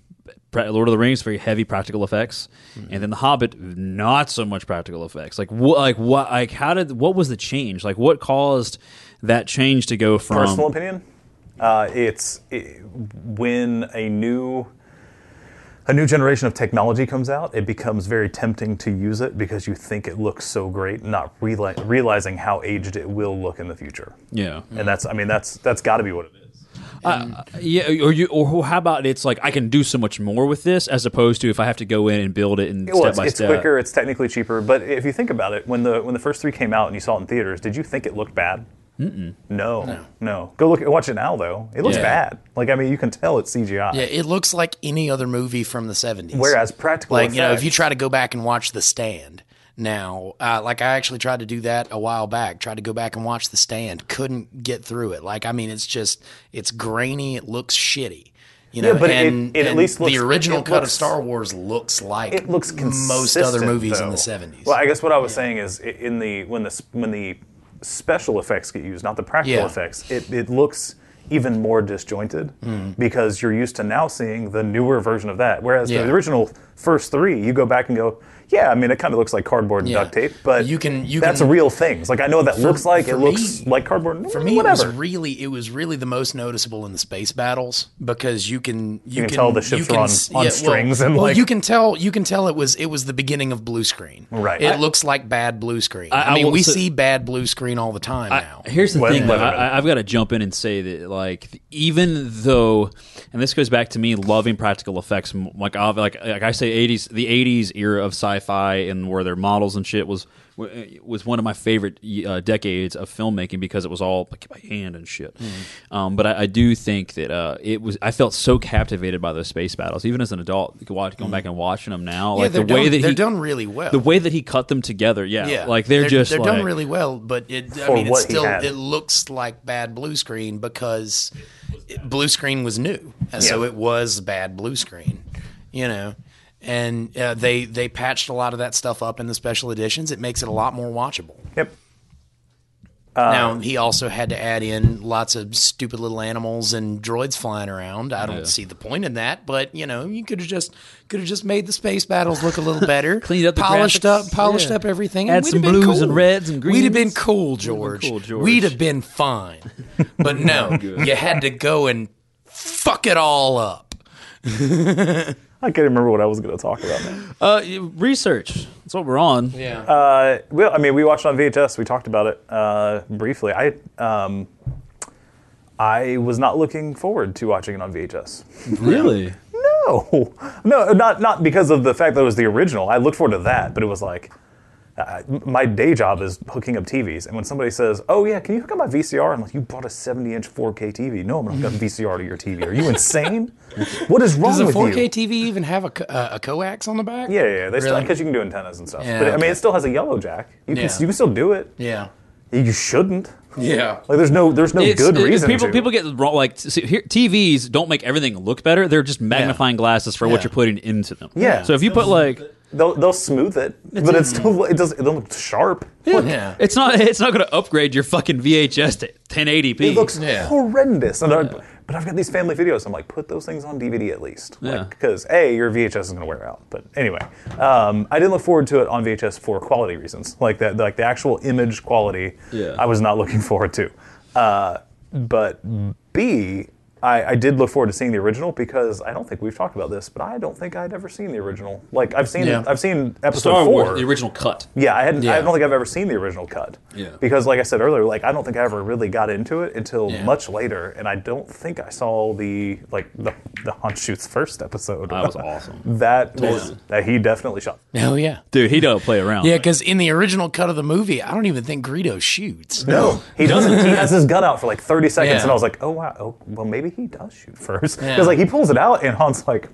S5: pra- Lord of the Rings very heavy practical effects,
S3: Mm-hmm.
S5: and then The Hobbit not so much practical effects. Like what? Like what? Like how did? What was the change? Like what caused that change to go from?
S3: personal
S2: Um,
S3: opinion uh, it's it, when a new a new generation of technology comes out it becomes very tempting to use it because you think it looks so great not reali- realizing how aged it will look in the future
S5: yeah,
S3: and that's i mean that's that's got to be what it is
S5: yeah. Or you? Or how about it's like I can do so much more with this as opposed to if I have to go in and build it and
S3: well,
S5: step
S3: it's,
S5: by
S3: it's
S5: step.
S3: quicker it's technically cheaper but if you think about it when the when the first three came out and you saw it in theaters did you think it looked bad no, no, Go look, watch it now though. It looks
S5: Yeah.
S3: bad. Like I mean, you can tell it's CGI.
S2: Yeah, it looks like any other movie from the 70s.
S3: Whereas practical
S2: like, you know, if you
S3: effects-
S2: try to go back and watch The Stand now, uh, like I actually tried to do that a while back, tried to go back and watch The Stand, couldn't get through it. Like, I mean, it's just, it's grainy, it looks shitty. You know,
S3: Yeah, but it-
S2: and,
S3: it at
S2: and
S3: least looks-
S2: the original
S3: it
S2: cut of
S3: looks-
S2: Star Wars looks like
S3: it looks
S2: most
S3: consistent,
S2: other movies
S3: though.
S2: in the 70s.
S3: Well, I guess what I was saying is i- in the when the s- when the special effects get used, not the practical
S2: Yeah.
S3: effects, it, it looks even more disjointed
S2: Hmm.
S3: because you're used to now seeing the newer version of that. Whereas
S2: Yeah.
S3: the original first three, you go back and go, yeah, I mean, it kind of looks like cardboard and
S2: Yeah.
S3: duct tape, but
S2: You can- you
S3: that's
S2: can-
S3: real things. Like I know what that looks like. It
S2: for
S3: looks
S2: me-
S3: like cardboard.
S2: for me,
S3: Eh, whatever.
S2: it was really it was really the most noticeable in the space battles because you can you,
S3: can tell the ships
S2: you
S3: are on-
S2: s-
S3: on strings
S2: well,
S3: and,
S2: well,
S3: like-
S2: you can tell you can tell it was it was the beginning of blue screen.
S3: Right.
S2: it
S3: I-
S2: looks like bad blue screen.
S5: I-
S2: I,
S5: I
S2: mean,
S5: will
S2: we
S5: say-
S2: see bad blue screen all the time now.
S5: Here's the
S3: Weather-
S5: thing, though.
S3: weatherman.
S5: I, I- I've got to jump in and say that, like, th- even though, and this goes back to me loving practical effects, m- like, ob- like, like I say, '80s, the '80s era of sci-fi and where their models and shit was w- uh, was one of my favorite y- uh, decades of filmmaking because it was all like by hand and shit.
S2: Mm-hmm.
S5: Um, but I, I do think that uh, it was. I felt so captivated by those space battles, even as an adult, go- watch- going back and watching them now,
S2: Mm-hmm. yeah,
S5: like the
S2: they're
S5: way
S2: done,
S5: that he.
S2: they're done really well.
S5: the way that he cut them together, yeah,
S2: yeah,
S5: like they're, just
S2: they're
S5: like-
S2: done really well, but it I
S3: For
S2: mean,
S3: what
S2: it's
S3: he
S2: still
S3: had.
S2: it looks like bad blue screen because it- blue screen was new, and so
S3: Yeah.
S2: it was bad blue screen, you know. And uh, they they patched a lot of that stuff up in the special editions. It makes it a lot more watchable.
S3: Yep.
S2: now he also had to add in lots of stupid little animals and droids flying around. I don't see the point in that, but you know, you could have just could have just made the space battles look a little better,
S1: Cleaned up the
S2: polished
S1: graphics,
S2: up, polished
S1: yeah.
S2: up everything.
S1: Add
S2: and we'd
S1: some
S2: have been
S1: blues
S2: cool.
S1: and reds and
S2: We'd have been
S1: greens.
S2: cool, George.
S5: cool, George.
S2: We'd have been fine, but no, you had to go and fuck it all up.
S3: I can't remember what I was going to talk about. now.
S1: Uh, you- research. That's what we're on.
S2: Yeah.
S3: Uh, well, I mean, we watched it on VHS. We talked about it uh, briefly. I um, I was not looking forward to watching it on VHS.
S5: Really?
S3: No, no, not not because of the fact that it was the original. I looked forward to that, but it was like uh, my day job is hooking up TVs, and when somebody says, "Oh yeah, can you hook up my VCR?" I'm like, "You brought a 70-inch 4K TV? No, I'm not
S2: [laughs]
S3: hooking up VCR to your TV. Are you insane? what is wrong
S2: Does a
S3: with
S2: 4K
S3: you?"
S2: TV even have a, co- uh, a coax on the back?
S3: Yeah, yeah, yeah, they still
S2: Really?
S3: because you can do antennas and stuff.
S2: Yeah,
S3: but I mean,
S2: okay.
S3: it still has a yellow jack. You can
S2: Yeah.
S3: you can still do it.
S2: Yeah.
S3: You shouldn't.
S2: Yeah.
S3: Like there's no there's no
S5: It's-
S3: good
S5: it-
S3: reason.
S5: People
S3: to.
S5: people get wrong. Like see, here, TVs don't make everything look better. They're just magnifying glasses for
S2: Yeah.
S5: what you're putting into them.
S3: Yeah.
S5: So if you put like,
S3: they'll they'll smooth it, but it's still it does it don't look sharp.
S2: Yeah.
S5: it's not it's not going to upgrade your fucking VHS to 1080p.
S3: It looks
S2: Yeah.
S3: horrendous. And I- but I've got these family videos. I'm like, put those things on DVD at least.
S5: Yeah.
S3: Because a your VHS is gonna wear out. But anyway, um, I didn't look forward to it on VHS for quality reasons. Like that like the actual image quality.
S5: Yeah.
S3: I was not looking forward to. Uh, but B. I, I did look forward to seeing the original because I don't think we've talked about this, but I don't think I'd ever seen the original. Like I've seen,
S2: Yeah.
S3: I've seen episode
S5: Star
S3: four,
S5: Wars, the original cut.
S3: Yeah, I hadn't. I
S2: Yeah.
S3: don't think I've ever seen the original cut.
S5: Yeah.
S3: Because, like I said earlier, like I don't think I ever really got into it until
S2: Yeah.
S3: much later, and I don't think I saw the like the the Han shoots first episode.
S5: That was awesome,
S3: [laughs] that was that he definitely shot.
S2: Hell yeah.
S5: dude. He don't play around.
S2: Yeah, because in the original cut of the movie, I don't even think Greedo shoots.
S3: No, he doesn't. he has his gun out for like thirty seconds,
S2: Yeah.
S3: and I was like, oh wow, oh, well maybe he does shoot first because
S2: Yeah.
S3: like he pulls it out, and Han's like.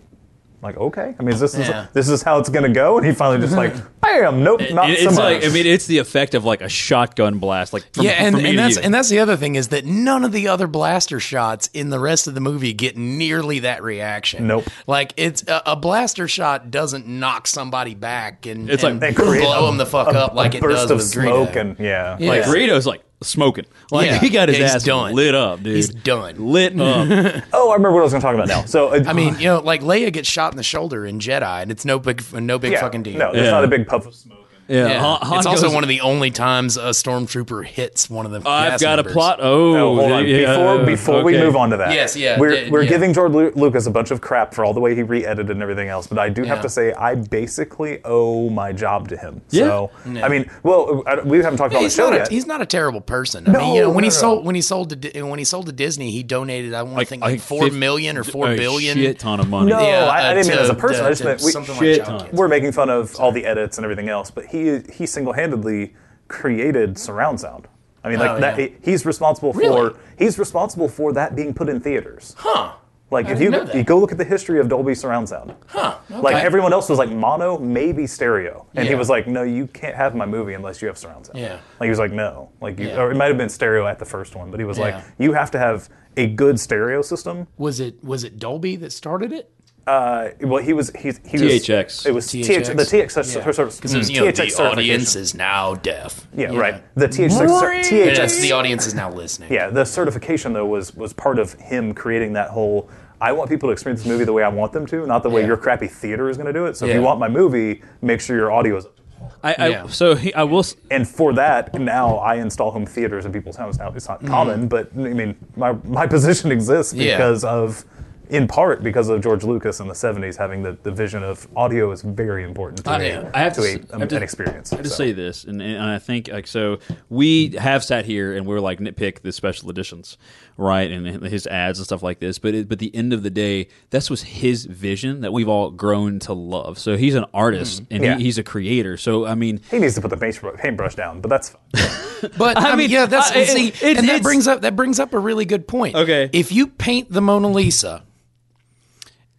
S3: Like okay, I mean, is this is
S2: Yeah.
S3: this is how it's gonna go, and he finally just like, bam, nope, not
S5: It-
S3: so
S5: it's
S3: much.
S5: like I mean, it's the effect of like a shotgun blast. Like from,
S2: yeah, and,
S5: from me
S2: and
S5: to
S2: that's
S5: you.
S2: and that's the other thing is that none of the other blaster shots in the rest of the movie get nearly that reaction.
S3: Nope.
S2: Like it's a, a blaster shot doesn't knock somebody back and
S5: It's like
S2: and
S3: They create
S2: blow
S3: a-
S2: them the fuck
S3: a-
S2: up like
S3: a
S2: it
S3: burst
S2: does
S3: of
S2: with
S3: smoke,
S2: Greedo.
S3: and yeah,
S5: Like
S2: Yeah.
S5: Greedo's like smoking. Like
S2: Yeah.
S5: he got his
S2: Yeah, he's
S5: ass
S2: done.
S5: lit up, dude.
S2: He's done.
S5: Lit up.
S3: oh, I remember what I was gonna talk about now. So uh,
S2: I mean, you know, like Leia gets shot in the shoulder in Jedi, and it's no big, no big
S3: Yeah.
S2: fucking deal.
S3: No, there's
S5: Yeah.
S3: not a big puff of smoke.
S5: yeah.
S2: [laughs] Yeah.
S5: Han- Han
S2: it's also
S5: goes,
S2: one of the only times a stormtrooper hits one of the.
S5: I've
S2: cast
S5: got
S2: members.
S5: a plot. Oh,
S3: No, hold on.
S5: yeah,
S3: Before, before we
S5: okay.
S3: move on to that,
S2: Yes, yeah,
S3: we're,
S2: yeah,
S3: we're
S2: yeah.
S3: giving George Lu- Lucas a bunch of crap for all the way he re-edited and everything else, but I do have
S2: Yeah.
S3: to say I basically owe my job to him.
S5: Yeah.
S3: So I mean, well, I, we haven't talked about the
S2: He's
S3: show
S2: not, a,
S3: yet.
S2: he's not a terrible person. I
S3: No,
S2: mean, you know, when
S3: no,
S2: he
S3: no.
S2: sold when he sold to Di- when he sold to Disney, he donated I want to think like
S5: like
S2: four
S5: fif-
S2: million or four
S5: a
S2: billion.
S5: Oh, shit ton of money.
S3: No. I- I
S2: uh,
S3: didn't mean
S2: to-
S3: as a person,
S2: to-
S3: I just
S2: to
S3: meant we-
S2: something
S5: Shit
S2: like John.
S5: ton.
S3: we're making fun of all the edits and everything else, but he he single-handedly created surround sound. I mean, like
S2: Oh,
S3: that.
S2: yeah.
S3: He's responsible
S2: Really?
S3: for he's responsible for that being put in theaters.
S2: Huh?
S3: Like if
S2: didn't know
S3: you,
S2: that.
S3: you go look at the history of Dolby surround sound.
S2: Huh? Okay.
S3: Like everyone else was like mono, maybe stereo, and he
S2: Yeah.
S3: was like, "No, you can't have my movie unless you have surround sound."
S2: Yeah.
S3: like he was like, "No, like you,
S2: Yeah.
S3: or it might have been stereo at the first one, but he was
S2: Yeah.
S3: like, you have to have a good stereo system."
S2: was it was it Dolby that started it?
S3: Uh, well, he was he, he Was,
S5: THX.
S3: it was THX, the THX service.
S2: Because you know, the audience is now deaf.
S3: Yeah, right. The THX cer- THX
S2: Yes, the audience is now listening.
S3: Yeah, the certification though was was part of him creating that whole. I want people to experience this movie the way I want them to, not the way
S2: Yeah.
S3: your crappy theater is going to do it. So if you
S2: Yeah.
S3: want my movie, make sure your audio is. up to par.
S5: I, I,
S2: Yeah.
S5: So he, I will. s-
S3: And for that, now I install home theaters in people's homes. Now it's not
S5: Mm.
S3: common, but I mean, my my [laughs] position exists
S2: Yeah.
S3: because of. In part because of George Lucas in the '70s having the, the vision of audio is very important to,
S5: I-
S3: me,
S5: I have
S3: to,
S5: to
S3: a-
S5: s- I
S3: um,
S5: have to-
S3: an experience.
S5: I have to
S3: so.
S5: say this, and, and I think uh, like so. We have sat here and we're like nitpick the special editions, right, and his ads and stuff like this. But it, but the end of the day, this was his vision that we've all grown to love. So he's an artist
S2: Mm-hmm.
S5: and
S3: Yeah.
S5: he, he's a creator. So I mean,
S3: He needs to put the paintbrush, paintbrush down, but that's fine.
S2: But I, mean, yeah, that's
S5: I-
S2: see,
S5: it-
S2: and
S5: it's-
S2: that brings up that brings up a really good point.
S5: Okay.
S2: if you paint the Mona Lisa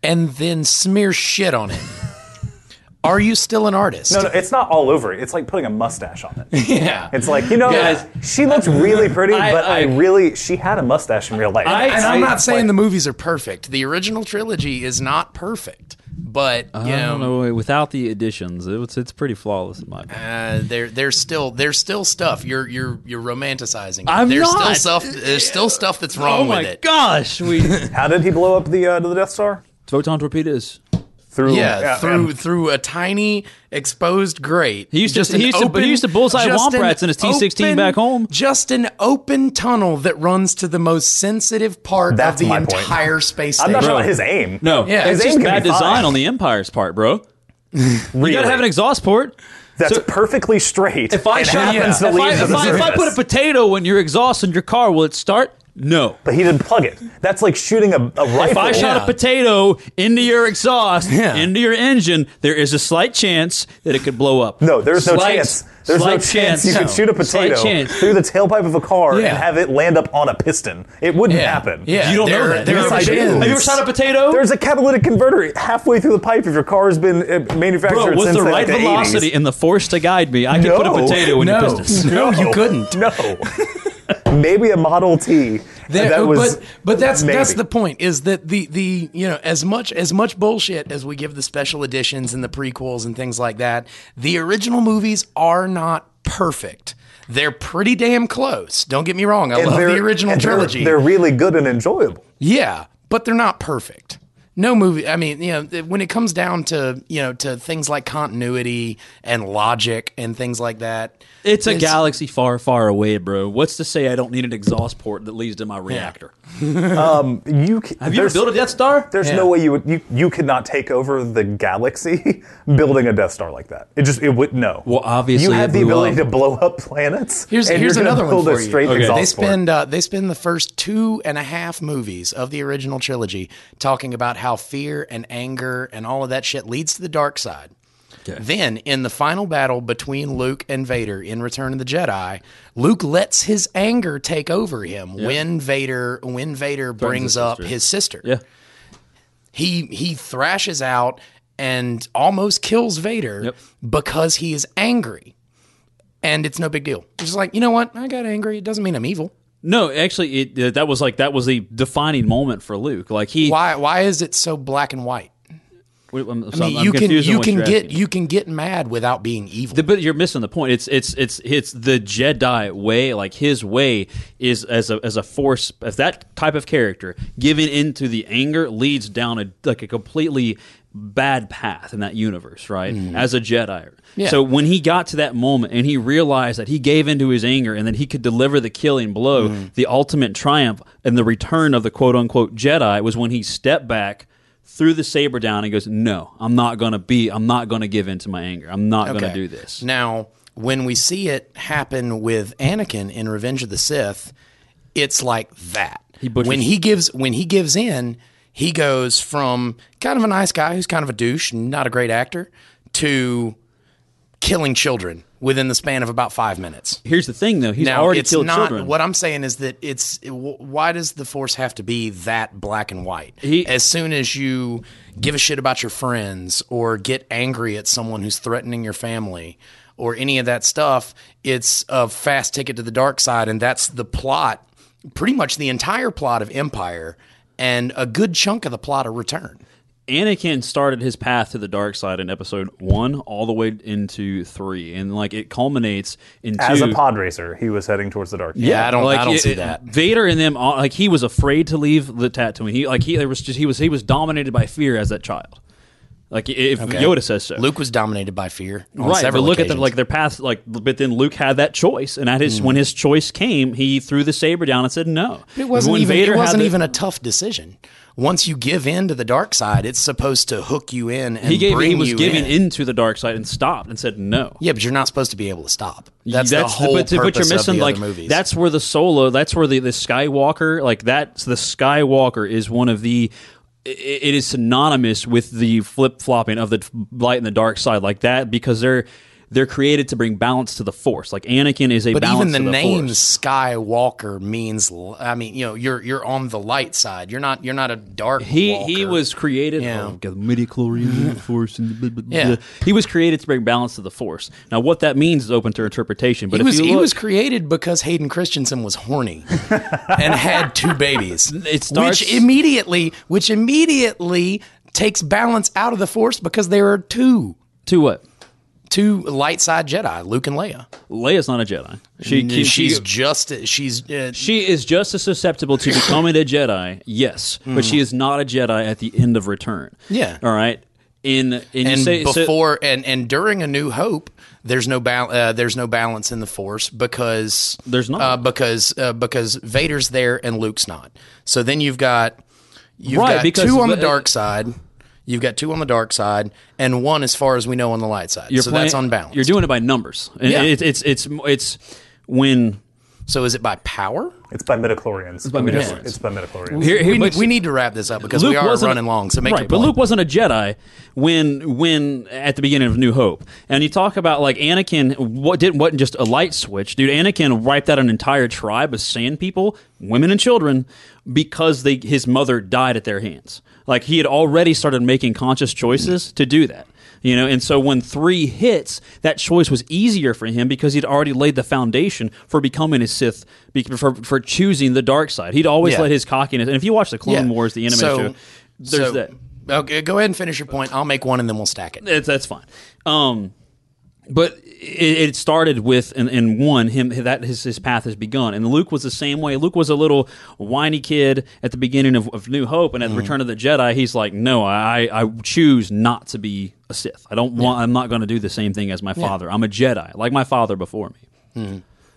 S2: and then smear shit on it, are you still an artist?
S3: No, no, it's not all over. It's like putting a mustache on it.
S5: [laughs]
S2: Yeah,
S3: It's like, you know,
S5: Guys,
S3: she looks really pretty,
S5: I-
S3: but I,
S5: I-
S3: really, she had a mustache in real life.
S5: I-
S2: and I'm
S5: I-
S2: not saying the movies are perfect. The original trilogy is not perfect, but you
S5: I
S2: know,
S5: don't know. Without the additions, it's it's pretty flawless in my opinion.
S2: Uh, there, there's still there's still stuff you're you're you're romanticizing. it.
S5: I'm
S2: there's
S5: not.
S2: still stuff. There's still stuff that's wrong
S5: oh my
S2: with it.
S3: [laughs]
S5: gosh, we
S3: How did he blow up the uh, the Death Star?
S5: photon torpedoes.
S3: Through
S2: Yeah, through
S3: yeah.
S2: through a tiny exposed grate.
S5: He used to-
S2: an
S5: he used to- he used to bullseye
S2: just
S5: womp
S2: an
S5: rats in his T16
S2: open-
S5: back home.
S2: Just an open tunnel that runs to the most sensitive part
S3: That's
S2: of the
S3: my point.
S2: entire space
S3: I'm
S2: station.
S3: not sure about his aim.
S5: No,
S2: Yeah,
S5: it's
S2: his
S5: just
S3: aim can
S5: bad
S3: be fine.
S5: design on the Empire's part, bro.
S3: really.
S5: You gotta have an exhaust port.
S3: That's
S5: so-
S3: perfectly straight.
S5: If I
S3: it
S5: shot,
S3: happens
S5: if,
S3: to leave
S5: I,
S3: to
S5: if,
S3: the
S5: I, if I put a
S3: surface.
S5: potato in your exhaust in your car, will it start? No.
S3: but he didn't plug it. That's like shooting a, a rifle.
S5: If I shot
S2: Yeah.
S5: a potato into your exhaust,
S2: Yeah.
S5: into your engine, there is a slight chance that it could blow up.
S3: No, there's no
S5: Slight-
S3: chance. There's no
S5: slight
S3: chance, you
S5: no.
S3: could shoot a
S5: Slight
S3: potato
S5: chance.
S3: through the tailpipe of a car
S2: Yeah.
S3: and have it land up on a piston. It wouldn't
S2: Yeah.
S3: happen.
S2: Yeah.
S5: You don't
S2: There-
S5: know that.
S2: there
S5: Have you
S3: are
S5: ever-
S3: chances.
S5: Have you ever shot a
S2: Oh.
S5: potato?
S3: There's a catalytic converter halfway through the pipe if your car has been uh, manufactured
S5: Bro, with
S3: since
S5: the
S3: like,
S5: right
S3: the 80s.
S5: velocity and the force to guide me, I could put a
S3: No.
S5: potato in your
S2: No.
S5: business.
S2: No, you couldn't. [laughs]
S3: No. Maybe a Model T.
S2: There-
S3: that was
S2: but but that's that's
S3: maybe.
S2: the point is that the the you know as much as much bullshit as we give the special editions and the prequels and things like that, the original movies are not perfect. They're pretty damn close. Don't get me wrong. I
S3: And
S2: love
S3: they're-
S2: the original
S3: and they're-
S2: trilogy.
S3: They're, really good and enjoyable.
S2: yeah, but they're not perfect. No movie. I mean, you know, th- when it comes down to you know to things like continuity and logic and things like that,
S5: It's a
S2: It's-
S5: galaxy far, far away, bro. What's to say I don't need an exhaust port that leads to my reactor?
S3: You c-
S5: Have you ever
S3: there's-
S5: built a Death Star?
S3: There's
S2: Yeah.
S3: no way you would you you could not take over the galaxy [laughs] building a Death Star like that. It just it would no.
S5: Well, obviously
S3: you
S5: it
S3: have the
S5: blew
S3: ability
S5: up.
S3: to blow up planets.
S2: Here's
S3: and
S2: here's
S3: you're gonna
S2: another one
S3: build a
S2: for you.
S3: Straight exhaust
S2: They
S3: port.
S2: spend uh, they spend the first two and a half movies of the original trilogy talking about how fear and anger and all of that shit leads to the dark side. Then in the final battle between Luke and Vader in Return of the Jedi, Luke lets his anger take over him when Vader when Vader brings up his sister
S5: Yeah.
S2: he he thrashes out and almost kills Vader
S5: Yep.
S2: because he is angry. And it's no big deal. It's just like, you know what? I got angry. It doesn't mean I'm evil.
S5: No, actually, it, uh, that was like that was the defining moment for Luke. Like he,
S2: Why why is it so black and white?
S5: Wait, I'm,
S2: I
S5: so
S2: mean,
S5: I'm
S2: you can
S5: confused on
S2: you
S5: what
S2: can
S5: you're
S2: get
S5: asking.
S2: you can get mad without being evil.
S5: The- but you're missing the point. It's it's it's it's the Jedi way. Like his way is as a as a force. If that type of character giving into the anger leads down a like a completely bad path in that universe, right? As a Jedi.
S2: Yeah.
S5: So when he got to that moment and he realized that he gave into his anger and that he could deliver the killing blow, the ultimate triumph and the return of the quote unquote Jedi was when he stepped back. Threw the saber down and goes, No, I'm not gonna be, I'm not gonna give in to my anger. I'm not gonna do this.
S2: Now, when we see it happen with Anakin in Revenge of the Sith, it's like that.
S5: butchers-
S2: when he gives when he gives in, he goes from kind of a nice guy who's kind of a douche, and not a great actor, to killing children within the span of about five minutes.
S5: Here's the thing, though. He's
S2: now,
S5: already
S2: it's
S5: killed
S2: not
S5: children.
S2: what I'm saying is that it's w- why does the force have to be that black and white?
S5: He-
S2: as soon as you give a shit about your friends or get angry at someone who's threatening your family or any of that stuff, it's a fast ticket to the dark side, and that's the plot, pretty much the entire plot of Empire and a good chunk of the plot of Return.
S5: Anakin started his path to the dark side in Episode One, all the way into three, and like it culminates in
S3: As
S5: two.
S3: a pod racer, he was heading towards the dark.
S2: Yeah, I don't- I don't see that.
S5: Vader and them, all- like he was afraid to leave the Tatooine. He like he there was just he was he was dominated by fear as that child. Like if Yoda says so,
S2: Luke was dominated by fear. On
S5: right? But
S2: several
S5: look at
S2: occasions.
S5: them, like their path, like but then Luke had that choice, and at his when his choice came, he threw the saber down and said no.
S2: It wasn't
S5: when
S2: even
S5: Vader
S2: it
S5: had
S2: wasn't
S5: the-
S2: even a tough decision. Once you give in to the dark side, it's supposed to hook you in and
S5: he gave
S2: bring
S5: he was
S2: you
S5: giving
S2: in.
S5: into the dark side and stopped and said no.
S2: Yeah, but you're not supposed to be able to stop. That's, the
S5: the-
S2: whole
S5: but, but
S2: purpose
S5: you're missing
S2: of the
S5: like
S2: other movies.
S5: that's where the solo that's where the, the skywalker like that's the skywalker is one of the i- it is synonymous with the flip-flopping of the t- light and the dark side like that because they're they're created to bring balance to the force like anakin is a
S2: but
S5: balance
S2: even the,
S5: to the
S2: name
S5: force.
S2: Skywalker means. l- I mean, you know, you're you're on the light side. You're not you're not a dark.
S5: He
S2: walker.
S5: he was created.
S2: Yeah.
S5: Oh, God, midi chlorian
S2: [laughs]
S5: force and blah, blah, blah.
S2: Yeah.
S5: He was created to bring balance to the force. Now, what that means is open to interpretation. But
S2: He
S5: if
S2: was,
S5: you
S2: he
S5: look,
S2: was created because Hayden Christensen was
S5: [laughs]
S2: horny and had two babies.
S5: It starts-
S2: which immediately, which immediately takes balance out of the Force because there are two
S5: To what?
S2: two light side Jedi, Luke and Leia.
S5: Leia's not a Jedi. She, she
S2: she's
S5: she's
S2: just she's uh,
S5: she is just as susceptible to becoming a Jedi, yes, but she is not a Jedi at the end of Return.
S2: Mm-hmm. Yeah.
S5: All right. In and, you
S2: and
S5: say, so-
S2: before and and during a new hope there's no bal- uh, there's no balance in the force because
S5: There's not.
S2: uh, because uh, because Vader's there and Luke's not so then you've got you've
S5: Right,
S2: got
S5: because
S2: two on
S5: the-
S2: the dark side you've got two on the dark side and one as far as we know on the light side
S5: you're
S2: so
S5: playing-
S2: that's unbalanced
S5: You're doing it by numbers. And
S2: Yeah.
S5: it's it's it's it's when
S2: so is it by power
S3: It's by midichlorians. It's
S5: by midichlorians.
S3: It's by midichlorians.
S5: here, here-
S2: we,
S5: but-
S2: need, we need to wrap this up because we are
S5: wasn't-
S2: running long so make
S5: right,
S2: your
S5: but
S2: point.
S5: Luke wasn't a Jedi when when at the beginning of New Hope, and you talk about like Anakin, what didn't wasn't just a light switch, dude. Anakin wiped out an entire tribe of sand people, women and children, because they his mother died at their hands. Like he had already started making conscious choices to do that. You know, and so when three hits, that choice was easier for him because he'd already laid the foundation for becoming a Sith, be- for, for choosing the dark side. He'd always
S2: Yeah.
S5: let his cockiness. And if you watch the Clone
S2: Yeah.
S5: Wars, the anime
S2: So-
S5: show, there's
S2: so-
S5: that.
S2: okay go ahead and finish your point I'll make one and then we'll stack it
S5: It's, that's fine. Um, but it, it started with and, and one him that his his path has begun, and Luke was the same way. Luke was a little whiny kid at the beginning of, of New Hope, and
S2: Mm-hmm.
S5: at the Return of the Jedi, he's like, "No, I I choose not to be a Sith. I don't want. I'm not going to do the same thing as my father. I'm a Jedi, like my father before me."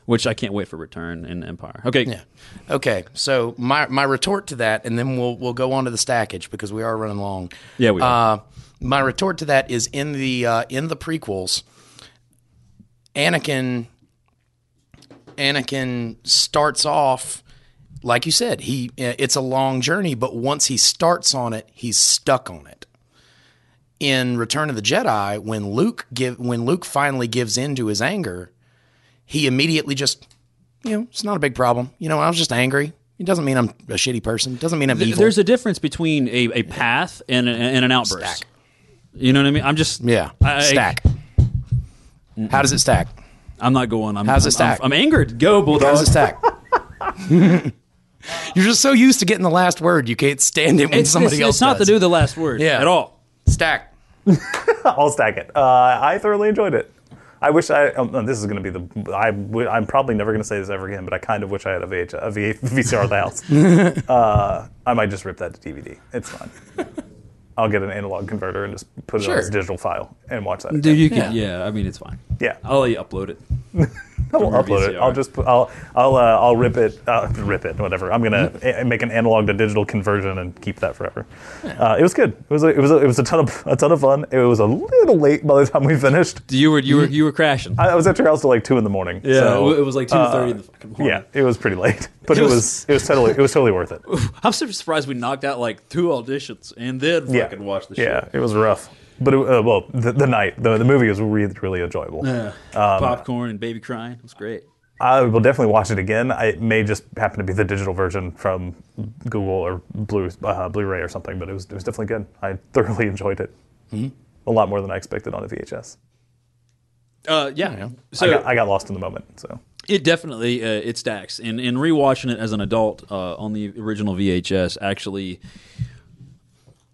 S5: Which I can't wait for Return and Empire. Okay,
S2: Mm-hmm. Yeah. Okay. So my my retort to that, and then we'll we'll go on to the stackage because we are running long.
S5: Yeah, we are.
S2: Uh, my retort to that is in the uh, in the prequels, Anakin. Anakin starts off, like you said, he uh, it's a long journey, but once he starts on it, he's stuck on it in Return of the Jedi, when Luke give when Luke finally gives in to his anger, he immediately just, you know, it's not a big problem. You know, I was just angry. It doesn't mean I'm a shitty person. It doesn't mean I'm
S5: Th-
S2: evil.
S5: there's a difference between a, a path and, a, and an outburst.
S2: Stack.
S5: You know what I mean? I'm just
S2: yeah.
S5: I-
S2: stack. How does it stack?
S5: I'm not going. I'm,
S2: How's it
S5: I'm-
S2: stack?
S5: I'm, I'm angered. Go
S2: How does
S5: Bulldogs.
S2: it stack?
S5: [laughs]
S2: You're just so used to getting the last word, you can't stand it when
S5: It's,
S2: somebody
S5: it's-
S2: else
S5: it's not
S2: does.
S5: to do the last word.
S2: Yeah.
S5: At all.
S2: stack.
S3: I'll stack it. Uh, I thoroughly enjoyed it. I wish I. Um, no, this is going to be the. I, w- I'm probably never going to say this ever again, but I kind of wish I had a, VH, a v, VCR at the
S5: [laughs]
S3: house. uh, I might just rip that to DVD. It's fine. I'll get an analog converter and just put it on
S2: Sure.
S3: as a digital file and watch that.
S5: Dude,
S3: again.
S5: you can. Yeah. I mean, it's fine.
S3: Yeah.
S5: I'll let you upload it.
S3: I'll
S5: from your
S3: upload it.
S5: VCR.
S3: I'll just. Put, I'll. I'll. Uh, I'll rip it. Uh, rip it. Whatever. I'm gonna
S5: Mm-hmm.
S3: a- make an analog to digital conversion and keep that forever. Uh, it was good. It was. A, it was. A, it was a ton of. A ton of fun. It was a little late by the time we finished.
S5: You were you
S2: Mm-hmm.
S5: were you were crashing.
S3: I I was at your house till like two in the morning.
S5: yeah.
S3: so, uh,
S5: it wa- it was like two thirty in the fucking morning.
S3: yeah, it was pretty late, [laughs] but it was it was totally it was totally worth
S5: [laughs]
S3: it.
S5: I'm so surprised we knocked out like two auditions and then
S3: Yeah,
S5: fucking watched the show.
S3: yeah, it was rough, but it, uh, well, the, the night the, the movie was really really enjoyable. um,
S5: Popcorn and baby crying. It was great.
S3: I will definitely watch it again. I, it may just happen to be the digital version from Google or Blue uh, Blu-ray or something, but it was it was definitely good. I [laughs] thoroughly enjoyed it. A lot more than I expected on a VHS.
S5: Uh, yeah. So
S3: I, got, I got lost in the moment. So
S5: It definitely uh, it stacks, and and rewatching it as an adult uh, on the original VHS actually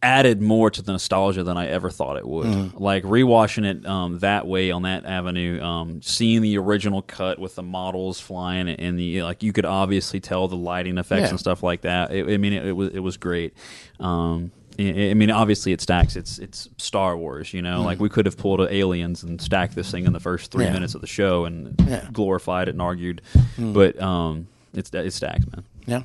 S5: added more to the nostalgia than I ever thought it would.
S3: Mm-hmm.
S5: Like rewatching it um, that way on that avenue, um, seeing the original cut with the models flying and the like, you could obviously tell the lighting effects
S2: Yeah.
S5: and stuff like that. It, I mean, it, it was it was great. Um, I I mean, obviously, it stacks. It's it's Star Wars, you know. Like we could have pulled Aliens and stacked this thing in the first three
S2: Mm-hmm. Yeah.
S5: minutes of the show and
S2: Yeah. Mm.
S5: glorified it and argued, but um, it's it stacks, man.
S2: Yeah.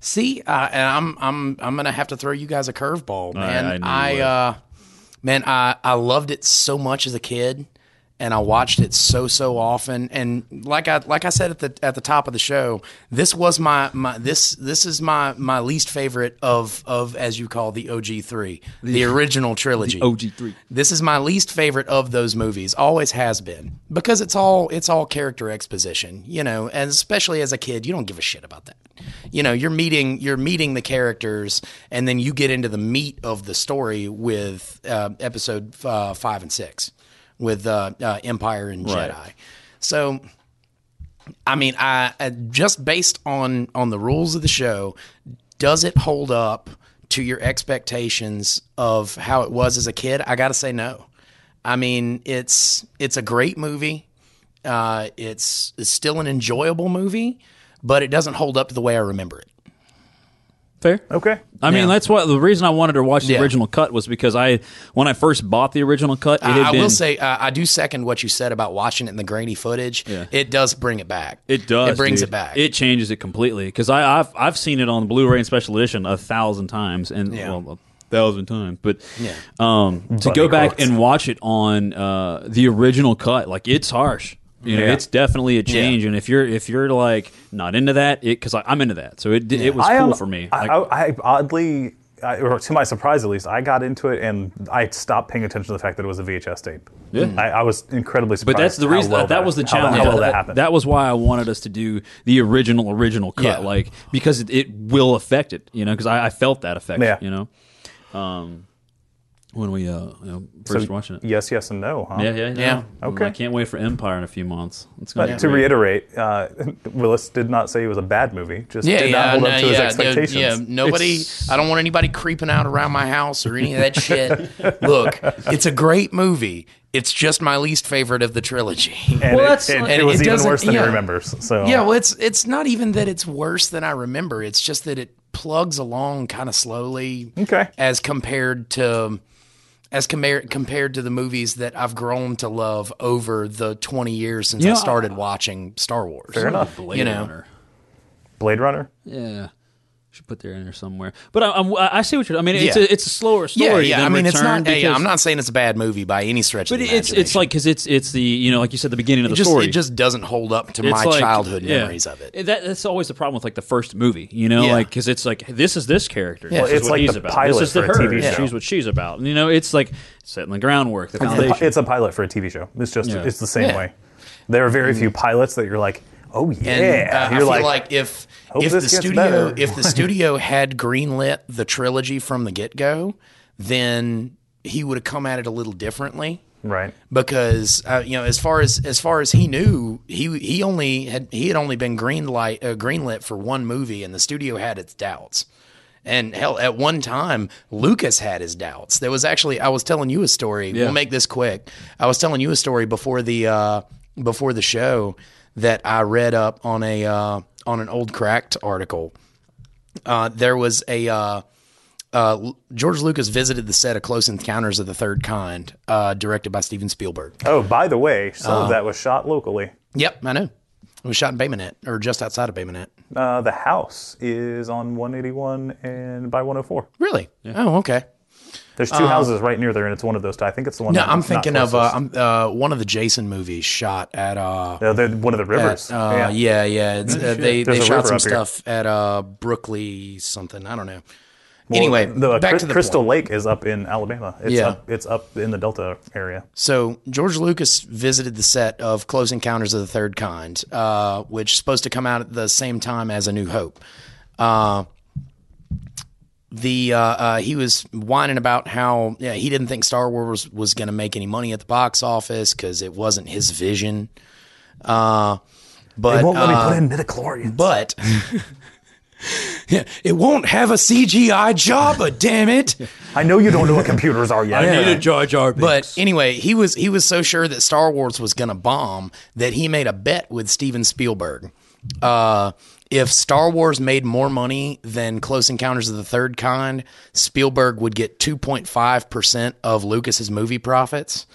S2: See, uh, and I'm I'm I'm gonna have to throw you guys a curveball, man.
S5: I knew
S2: I,
S5: you would.
S2: uh, man, I I loved it so much as a kid, and I watched it so so often. And like I like I said at the at the top of the show, this was my my this this is my my least favorite of of as you call the OG three, the, original trilogy.
S5: OG three.
S2: This is my least favorite of those movies. Always has been because it's all it's all character exposition, you know. And especially as a kid, you don't give a shit about that. You know, you're meeting you're meeting the characters, and then you get into the meat of the story with uh, episode uh, five and six, with uh, uh, Empire and
S5: Right.
S2: Jedi. So I mean, I, I just based on on the rules of the show, does it hold up to your expectations of how it was as a kid, I got to say no. I mean, it's it's a great movie. Uh, it's it's still an enjoyable movie, but it doesn't hold up to the way I remember it.
S5: Fair.
S3: Okay.
S5: I mean,
S2: Yeah.
S5: that's what the reason I wanted to watch the
S2: Yeah.
S5: original cut was because I, when I first bought the original cut, it had
S2: I, I
S5: been.
S2: will say uh, I do second what you said about watching it in the grainy footage. It does bring it back.
S5: it does.
S2: It brings
S5: dude.
S2: it back.
S5: It changes it completely because I've I've seen it on Blu-ray and special edition a thousand times and
S2: Yeah.
S5: well, a thousand times, but
S2: Yeah.
S5: um, to
S3: Bunny
S5: go back
S3: quotes.
S5: and watch it on uh, the original cut, like it's harsh. You know,
S3: Yeah.
S5: it's definitely a change, and if you're if you're like not into that, it because I'm into that, so it it was cool
S3: um,
S5: for me.
S3: I,
S5: Like,
S3: I, I oddly, I, or to my surprise at least, I got into it and I stopped paying attention to the fact that it was a VHS tape. Yeah. I, I was incredibly surprised.
S5: But that's the
S3: how
S5: reason
S3: well
S5: that, that was the
S3: how
S5: challenge.
S3: How, well
S5: that,
S3: that happened.
S5: that was why I wanted us to do the original original cut,
S2: Yeah.
S5: like because it, it will affect it, you know, because I, I felt that effect,
S3: Yeah.
S5: you know, um, when we uh, you know, first watching it.
S3: Yes, yes, and no. Huh?
S5: Yeah, yeah, yeah.
S2: Yeah.
S5: Okay. I can't wait for Empire in a few months. It's gonna
S3: Uh,
S5: be
S3: To
S5: great.
S3: reiterate, uh, [laughs] Willis did not say it was a bad movie. Just
S2: yeah,
S3: did
S2: yeah,
S3: not hold
S2: no,
S3: up to his
S2: yeah, no,
S3: expectations.
S2: yeah. Nobody,
S5: It's-
S2: I don't want anybody creeping out around my house or any of that shit. Look, it's a great movie. It's just my least favorite of the trilogy.
S3: And
S5: Well,
S3: it,
S5: that's-
S3: it,
S5: and
S3: it
S2: it
S3: was even
S2: doesn't-
S3: worse than
S2: yeah.
S3: he remembers. So
S2: Yeah, well, it's it's not even that it's worse than I remember. It's just that it plugs along kind of slowly.
S3: Okay.
S2: As compared to as com- compared to the movies that I've grown to love over the 20 years since
S5: You
S2: I
S5: know,
S2: started watching Star Wars.
S3: fair enough.
S5: Blade
S2: you know.
S5: Runner.
S3: Blade Runner.
S5: Yeah. Should put that in there somewhere. But I, I'm, I see what you're. I mean, it's
S2: Yeah.
S5: a, it's a slower story.
S2: Yeah, yeah.
S5: Than
S2: I mean, it's
S5: Return
S2: not. yeah,
S5: because-
S2: I'm not saying it's a bad movie by any stretch.
S5: But
S2: of the
S5: it's it's
S2: imagination.
S5: like because it's it's the you know like you said the beginning of
S2: it
S5: the
S2: just
S5: story.
S2: it just doesn't hold up to my
S5: It's like-
S2: childhood
S5: yeah.
S2: memories of it.
S5: That, that's always the problem with like the first movie, you know,
S2: Yeah.
S5: like because it's like this is this character,
S2: Well,
S5: this is
S3: it's
S5: what
S3: like
S5: he's
S3: the
S5: about,
S3: pilot
S5: this is the
S3: for a
S5: her,
S3: TV show.
S5: she's what she's about, and you know, it's like setting the groundwork, the foundation.
S3: It's a pilot for a TV show. It's just
S5: Yeah. Mm-hmm.
S3: it's the same
S2: Yeah.
S3: way. There are very few pilots that you're like, oh yeah.
S2: And uh, I
S3: you're
S2: feel like, if
S3: hope
S2: if the
S3: this gets
S2: studio
S3: better.
S2: if the studio had greenlit the trilogy from the get go, then he would have come at it a little differently.
S3: right.
S2: Because uh, you know, as far as as far as he knew, he he only had he had only been green light uh, greenlit for one movie, and the studio had its doubts. And hell, at one time, Lucas had his doubts. There was actually, I was telling you a story. We'll make this quick. I was telling you a story before the uh, before the show that I read up on a uh, on an old cracked article. Uh, there was a uh, uh, George Lucas visited the set of Close Encounters of the Third Kind, uh, directed by Steven Spielberg.
S3: Oh, by the way, some
S2: Oh.
S3: of that was shot locally.
S2: Yep, I know. It was shot in Bay Minette, or just outside of Bay Minette.
S3: Uh, the house is on 181 and by 104.
S2: Really? Oh, okay.
S3: There's two houses right near there, and it's one of those. two. I think it's the one.
S2: Uh, No,
S3: that-
S2: I'm
S3: not
S2: thinking of uh,
S3: closest.
S2: I'm, uh, one of the Jason movies shot at uh,
S3: No, they're one of the rivers.
S2: Uh, yeah, yeah. It's, uh, they
S3: There's
S2: they
S3: a
S2: shot
S3: river
S2: some
S3: up here.
S2: stuff at uh, Brookley something. I don't know.
S3: Well,
S2: anyway,
S3: the
S2: back
S3: Cry-
S2: to the
S3: Crystal
S2: point.
S3: Lake is up in Alabama. It's
S2: Yeah.
S3: up, it's up in the Delta area.
S2: So George Lucas visited the set of Close Encounters of the Third Kind, uh, which is supposed to come out at the same time as A New Hope. Uh, the uh, uh, he was whining about how yeah, he didn't think Star Wars was, was going to make any money at the box office because it wasn't his vision. Uh, but
S3: They won't let
S2: uh,
S3: me put in midichlorians.
S2: but [laughs] it won't have a CGI Jabba, damn
S3: [laughs]
S2: it.
S3: I know you don't know what
S2: [laughs]
S3: computers are yet.
S5: Jar Jar
S2: But anyway, he was he was so sure that Star Wars was going to bomb that he made a bet with Steven Spielberg. Uh, if Star Wars made more money than Close Encounters of the Third Kind, Spielberg would get 2.5 percent of Lucas's movie profits,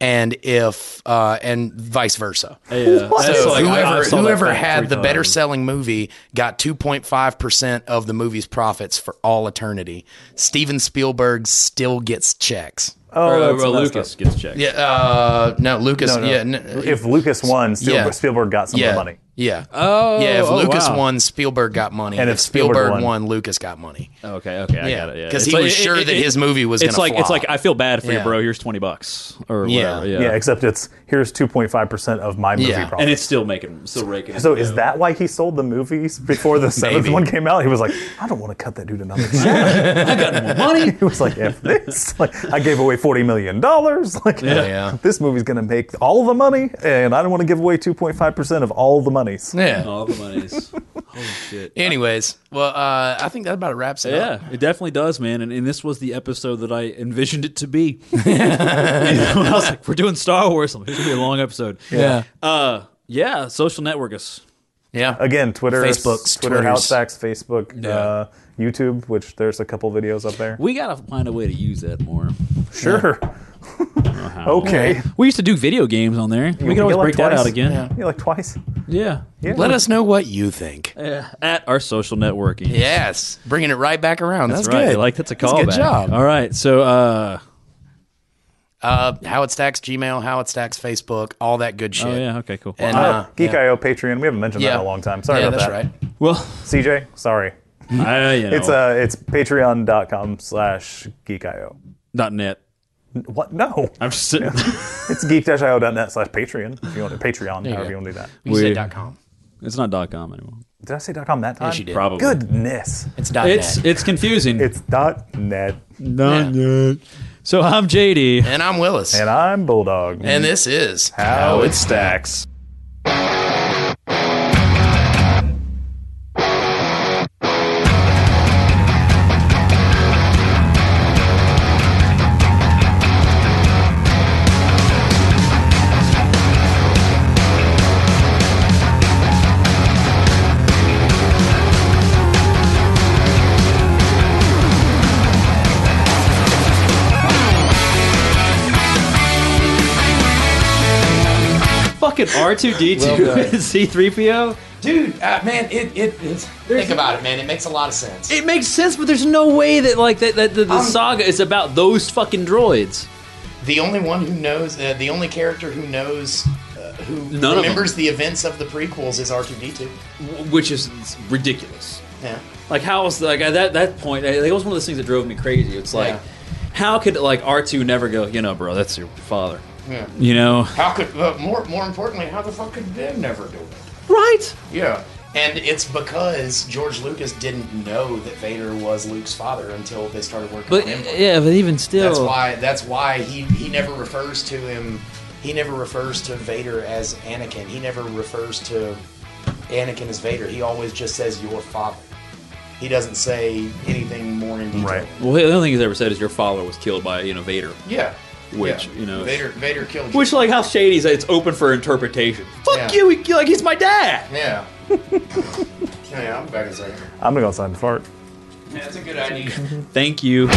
S2: and if uh, and vice versa.
S5: yeah. That's
S2: So
S5: like- I- I
S2: whoever
S5: saw that
S2: whoever
S5: fact
S2: had
S5: three
S2: the better
S5: times.
S2: selling movie got 2.5 percent of the movie's profits for all eternity. Steven Spielberg still gets checks.
S3: oh,
S5: Or, uh,
S3: that's messed
S5: Lucas gets checked.
S2: Yeah, uh, no, Lucas.
S3: up. No, no.
S2: Yeah, no,
S3: if Lucas won, Spielberg,
S2: Yeah.
S3: Spielberg got some
S2: yeah,
S3: of the money.
S2: yeah.
S5: Oh,
S2: yeah. If
S5: oh,
S2: Lucas
S5: wow.
S2: won, Spielberg got money.
S3: And
S2: if
S3: if Spielberg
S2: Spielberg
S3: won- Oh,
S2: won, Lucas got money.
S5: Okay, okay, I
S2: Yeah,
S5: got it. Yeah,
S2: 'cause
S5: It's
S2: he was sure that his movie was
S5: It's
S2: gonna
S5: like it's
S2: flop.
S5: like I feel bad for you,
S2: Yeah.
S5: bro. Here's twenty bucks or
S2: Yeah.
S5: whatever.
S3: Yeah. except it's here's 2.5 percent of my movie
S2: Yeah.
S3: profit.
S5: and it's still making,
S2: [laughs]
S5: still raking.
S3: so is that why he sold the movies before the seventh
S2: Maybe.
S3: one came out? He was like, I don't want to cut that
S2: [laughs]
S3: dude another check.
S5: money?
S3: [laughs] he was like, F this. Like, I gave away forty million dollars. [laughs] Like,
S2: Yeah.
S3: this movie's gonna make all the money, and I don't want to give away two point five percent of all the monies.
S2: Yeah. Oh,
S5: All the monies. shit.
S2: Anyways, well, uh, I think that about wraps it up.
S5: Yeah, it definitely does, man. And, and this was the episode that I envisioned it to be. [laughs] You know, I was like, we're doing Star Wars. I'm like, It's going to be a long episode.
S2: Yeah.
S5: Uh, yeah, social network us.
S2: Yeah.
S3: Again, Twitter,
S2: Facebooks,
S3: Twitter,
S2: Twitters.
S3: Outbacks, Facebook, uh, YouTube, which there's a couple videos up there.
S5: We got to find a way to use that more.
S3: [laughs] Sure.
S2: Uh-huh.
S3: okay.
S5: We used to do video games on there. we
S3: we
S5: could always
S3: get, like,
S5: break that
S3: twice.
S5: out again.
S3: You like twice?
S5: Yeah.
S3: Yeah.
S2: Let us know what you think.
S5: At our social networking.
S2: Yes. Bringing it right back around. That's,
S5: That's right.
S2: good.
S5: Like, that's a callback.
S2: good job.
S5: All right. So, uh,
S2: Uh, how it stacks Gmail, how it stacks Facebook, all that good shit.
S5: oh, yeah. Okay, cool.
S2: And,
S3: Oh,
S2: uh,
S3: Geek.io, Patreon. We haven't mentioned that
S2: Yeah.
S3: in a long time. Sorry
S2: yeah,
S3: about
S2: that's
S3: that.
S2: right.
S5: well,
S3: CJ, sorry.
S5: I, you know,
S3: It's uh, it's patreon.com slash geek.io.
S5: dot .net.
S3: What? No.
S5: I'm just sitting.
S3: [laughs] It's geek-io.net slash Patreon. If you want to Patreon, however
S2: go.
S3: you want to do that.
S2: You
S5: We-
S2: said dot .com.
S5: [laughs] it's not dot .com anymore.
S3: Did I say dot .com that time?
S2: you did.
S5: Probably.
S3: Goodness.
S2: It's dot
S5: It's
S2: net.
S5: it's confusing.
S3: It's dot .net.
S5: Not yet. So I'm
S2: [laughs]
S5: JD.
S2: And I'm Willis.
S3: And I'm Bulldog.
S2: and this is
S3: how it stacks.
S5: fucking R2D2 and C3PO.
S2: Dude, uh, man, it, it, it's. Think about it, man. It makes a lot of sense.
S5: It makes sense, but there's no way that like that, that, that the saga is about those fucking droids.
S2: the only one who knows, uh, the only character who knows, uh, who
S5: of 'em.
S2: remembers the events of the prequels is R2D2.
S5: w- Which is ridiculous.
S2: Yeah.
S5: Like how was like at that that point? I- It was one of those things that drove me crazy. It's like,
S2: Yeah.
S5: how could like R two never go? You know, bro, that's your father. You know,
S2: How could, but more, more importantly, how the fuck could Ben never do it?
S5: right?
S2: Yeah. And it's because George Lucas didn't know that Vader was Luke's father until they started working
S5: But
S2: on him.
S5: yeah, but even still,
S2: That's why that's why he, he never refers to him he never refers to Vader as Anakin. He never refers to Anakin as Vader. He always just says your father. He doesn't say anything more in detail.
S3: Right.
S5: well, the only thing he's ever said is your father was killed by you know Vader.
S2: Yeah.
S5: Which, you know,
S2: Vader Vader killed
S5: Which like how shady is that? It's open for interpretation. Fuck
S2: Yeah.
S5: you, he- like he's my dad.
S2: Yeah. [laughs] yeah, I'm back in a second.
S3: I'm going to go outside and fart.
S2: That's a good idea.
S5: Thank you.